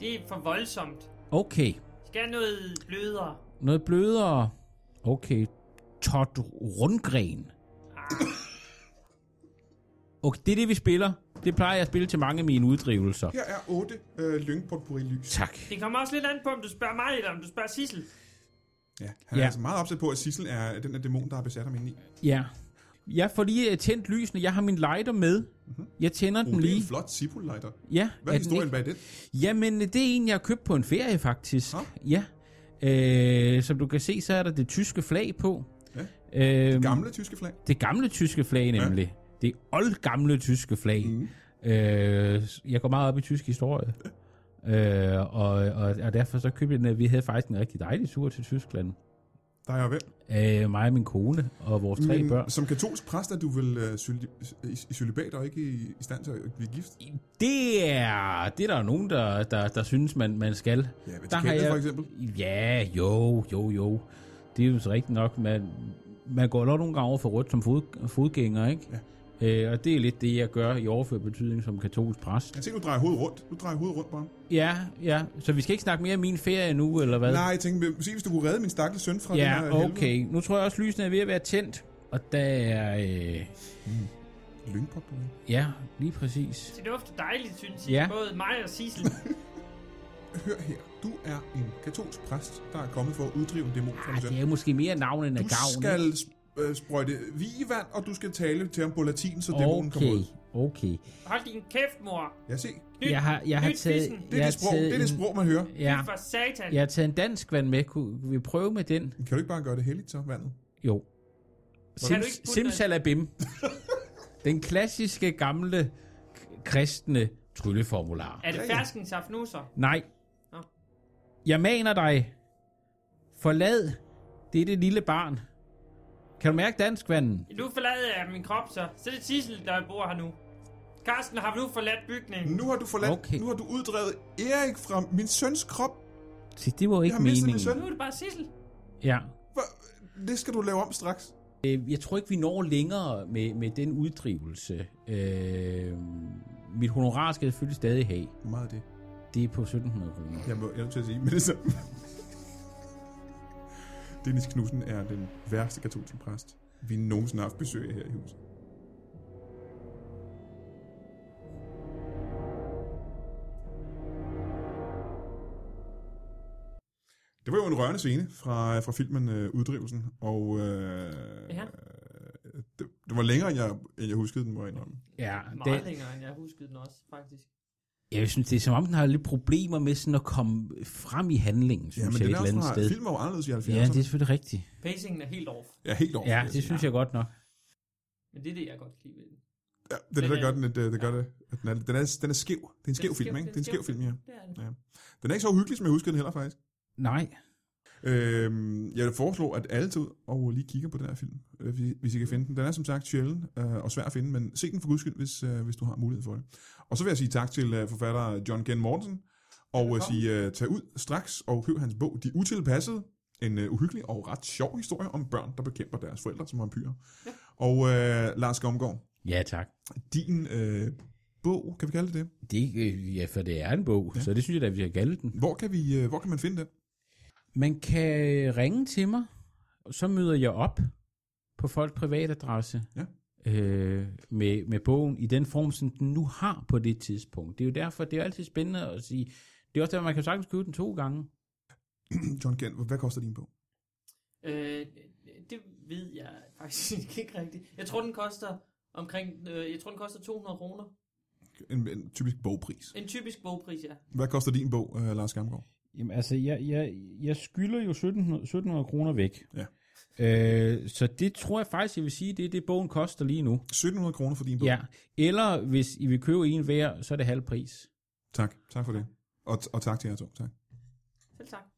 det er for voldsomt.
Okay.
Skal jeg have noget blødere?
Noget blødere. Okay. Todd Rundgren. Okay, det er det, vi spiller. Det plejer jeg at spille til mange af mine uddrivelser.
Her er 8 øh, lyngportpourri-lys.
Tak.
Det kommer også lidt an på, om du spørger mig, eller om du spørger Sissel.
Ja, han er
Ja.
altså meget opsat på, at Sissel er den der dæmon, der har besat ham indeni.
Ja. Jeg får lige øh, tændt lysene. Jeg har min lighter med. Jeg tænder
Oh,
den
det er
lige.
en flot zippo-lighter.
Ja,
Hvad er
den
historien
ikke-
bag den?
Jamen, det er en, jeg har købt på en ferie, faktisk.
Nå.
Ja. Øh, som du kan se, så er der det tyske flag på.
Ja.
Øhm,
Gamle tyske flag.
det gamle tyske flag nemlig. Ja. Det oldgamle tyske flag. Mm. Øh, jeg går meget op i tysk historie. øh, og, og, og derfor så købte jeg den. her. Vi havde faktisk en rigtig dejlig tur til Tyskland.
Der er jeg vel.
Øh, mig og min kone og vores tre Men... børn.
Men som katolsk præst er du vel øh, syli- i, i celibat og ikke i, i stand til at blive gift?
Det er, det er der nogen, der, der, der synes, man, man skal.
Ja, Vatikanet for eksempel.
Ja, jo, jo, jo. Det er jo så rigtigt nok. Man, man går nok nogle gange over for rødt som fod, fodgænger, ikke? Ja. Øh, og det er lidt det, jeg gør i overført betydning som katolsk præst.
Jeg tænker, du drejer hovedet rundt. Du drejer hovedet rundt på ham.
Ja, ja. Så vi skal ikke snakke mere om min ferie nu, eller hvad?
Nej, jeg tænker, se hvis du kunne redde min stakkels søn fra den her
ja,
helvede.
okay. Nu tror jeg også, lysene er ved at være tændt. Og der er... Øh,
Lyngpop på mig.
ja, lige præcis.
Det dufter dejligt, synes jeg.
Ja.
Både mig og Sissel.
Hør her. Du er en katolsk præst, der er kommet for at uddrive en dæmon fra din
Ej,
søn.
det er måske mere navn end af
Du
gavn.
skal sp- øh, sprøjte vigevand, og du skal tale til ham på latin, så dæmonen kommer
Okay,
ud.
okay.
Hold din kæft, mor.
Ja, se.
Nyt,
Jeg har, jeg har
nyt
taget...
fissen.
Det er,
jeg
det,
har
sprog,
taget
det er det
en-
sprog, man hører.
Ja,
For satan.
jeg har taget en dansk vand med. Kunne kunne vi prøve med den?
Kan du ikke bare gøre det heldigt så, vandet?
Jo.
Kan du
Sims,
ikke putte
simsalabim. Den klassiske gamle k- kristne trylleformular.
Er det
Ja, ja.
ferskensaft nu så?
Nej.
Nå.
Jeg maner dig. Forlad dette lille barn. Kan du mærke danskvanden?
Nu forlader jeg min krop så. Så er det Sissel, der bor her nu. Karsten har nu forladt bygningen.
Nu har du forladt, okay.
Okay.
nu har du uddrevet Erik fra min søns krop.
Se, det var jo
Jeg
ikke
har mistet min
meningen.
søn.
Nu er det bare Sissel.
Ja.
Hva- det skal du lave om straks.
Øh, Jeg tror ikke, vi når længere med, med den uddrivelse. Øh, mit honorar skal jeg selvfølgelig stadig have.
Hvor meget er det?
Det er på 1700 kroner.
Jeg må jeg er nødt til at sige med det samme. Dennis Knudsen er den værste katolske præst, vi nogensinde har haft besøg af her i huset. Det var jo en rørende scene fra, fra filmen øh, Uddrivelsen, og øh,
Ja.
det, det var længere, end jeg, end jeg huskede den, må jeg indrømme.
Ja,
Meget
det,
længere, end jeg huskede den også, faktisk.
jeg synes, det er som om, den har lidt problemer med sådan at komme frem i handlingen, synes
Ja, men
jeg, et
den er
eller
også
andet
fra,
sted.
filmen var jo anderledes i 70'erne.
Ja, det er selvfølgelig rigtigt.
Pacingen er helt off,
ja, helt over.
Ja, det synes jeg godt nok.
men det er det, jeg godt kan lide ved den.
Ja, det er det, der
Den
gør
er-
den, at, øh, det gør det. at Den er, den er, den er skæv. Det er en skæv film, ikke? Det er en skæv film, ja.
Det er det.
ja. Den er ikke så uhyggelig, som jeg husker den heller, faktisk.
Nej.
Øhm, jeg vil foreslå, at alle tager ud og lige kigger på den her film, øh, hvis- hvis I kan finde den. Den er som sagt sjælden øh, og svær at finde, men se den for guds skyld, hvis, øh, hvis du har mulighed for det. Og så vil jeg sige tak til øh, forfatter John Ken Mortensen, og øh, sige, øh, tag ud straks og køb hans bog, De Utilpassede, en øh, uhyggelig og ret sjov historie om børn, der bekæmper deres forældre som vampyrer. Og øh, Lars Gomgaard,
Ja, tak.
din øh, bog, kan vi kalde det det?
Det, er ikke- øh, ja, for det er en bog, ja. så det synes jeg da, vi har kaldet den.
Hvor kan, vi, øh, hvor kan man finde den?
Man kan ringe til mig, og så møder jeg op på folk privatadresse
Ja.
øh, med, med bogen i den form, som den nu har på det tidspunkt. Det er jo derfor, det er altid spændende at sige, det er også derfor, man kan jo sagtens købe den to gange.
John Kent, hvad koster din bog?
Øh, det ved jeg faktisk ikke rigtigt. Jeg tror, den koster omkring, øh, jeg tror, den koster 200 kroner.
En, en typisk bogpris.
En typisk bogpris, ja.
Hvad koster din bog, øh, Lars Gamgaard?
Jamen altså, jeg, jeg, jeg skylder jo 1700, 1700 kroner væk.
Ja.
Øh, så det tror jeg faktisk, jeg vil sige, det er det, bogen koster lige nu.
1700 kroner for din bog?
Ja. Eller hvis I vil købe en hver, så er det halv pris.
Tak, tak for det. Og, og tak til jer to. Tak.
Selv tak.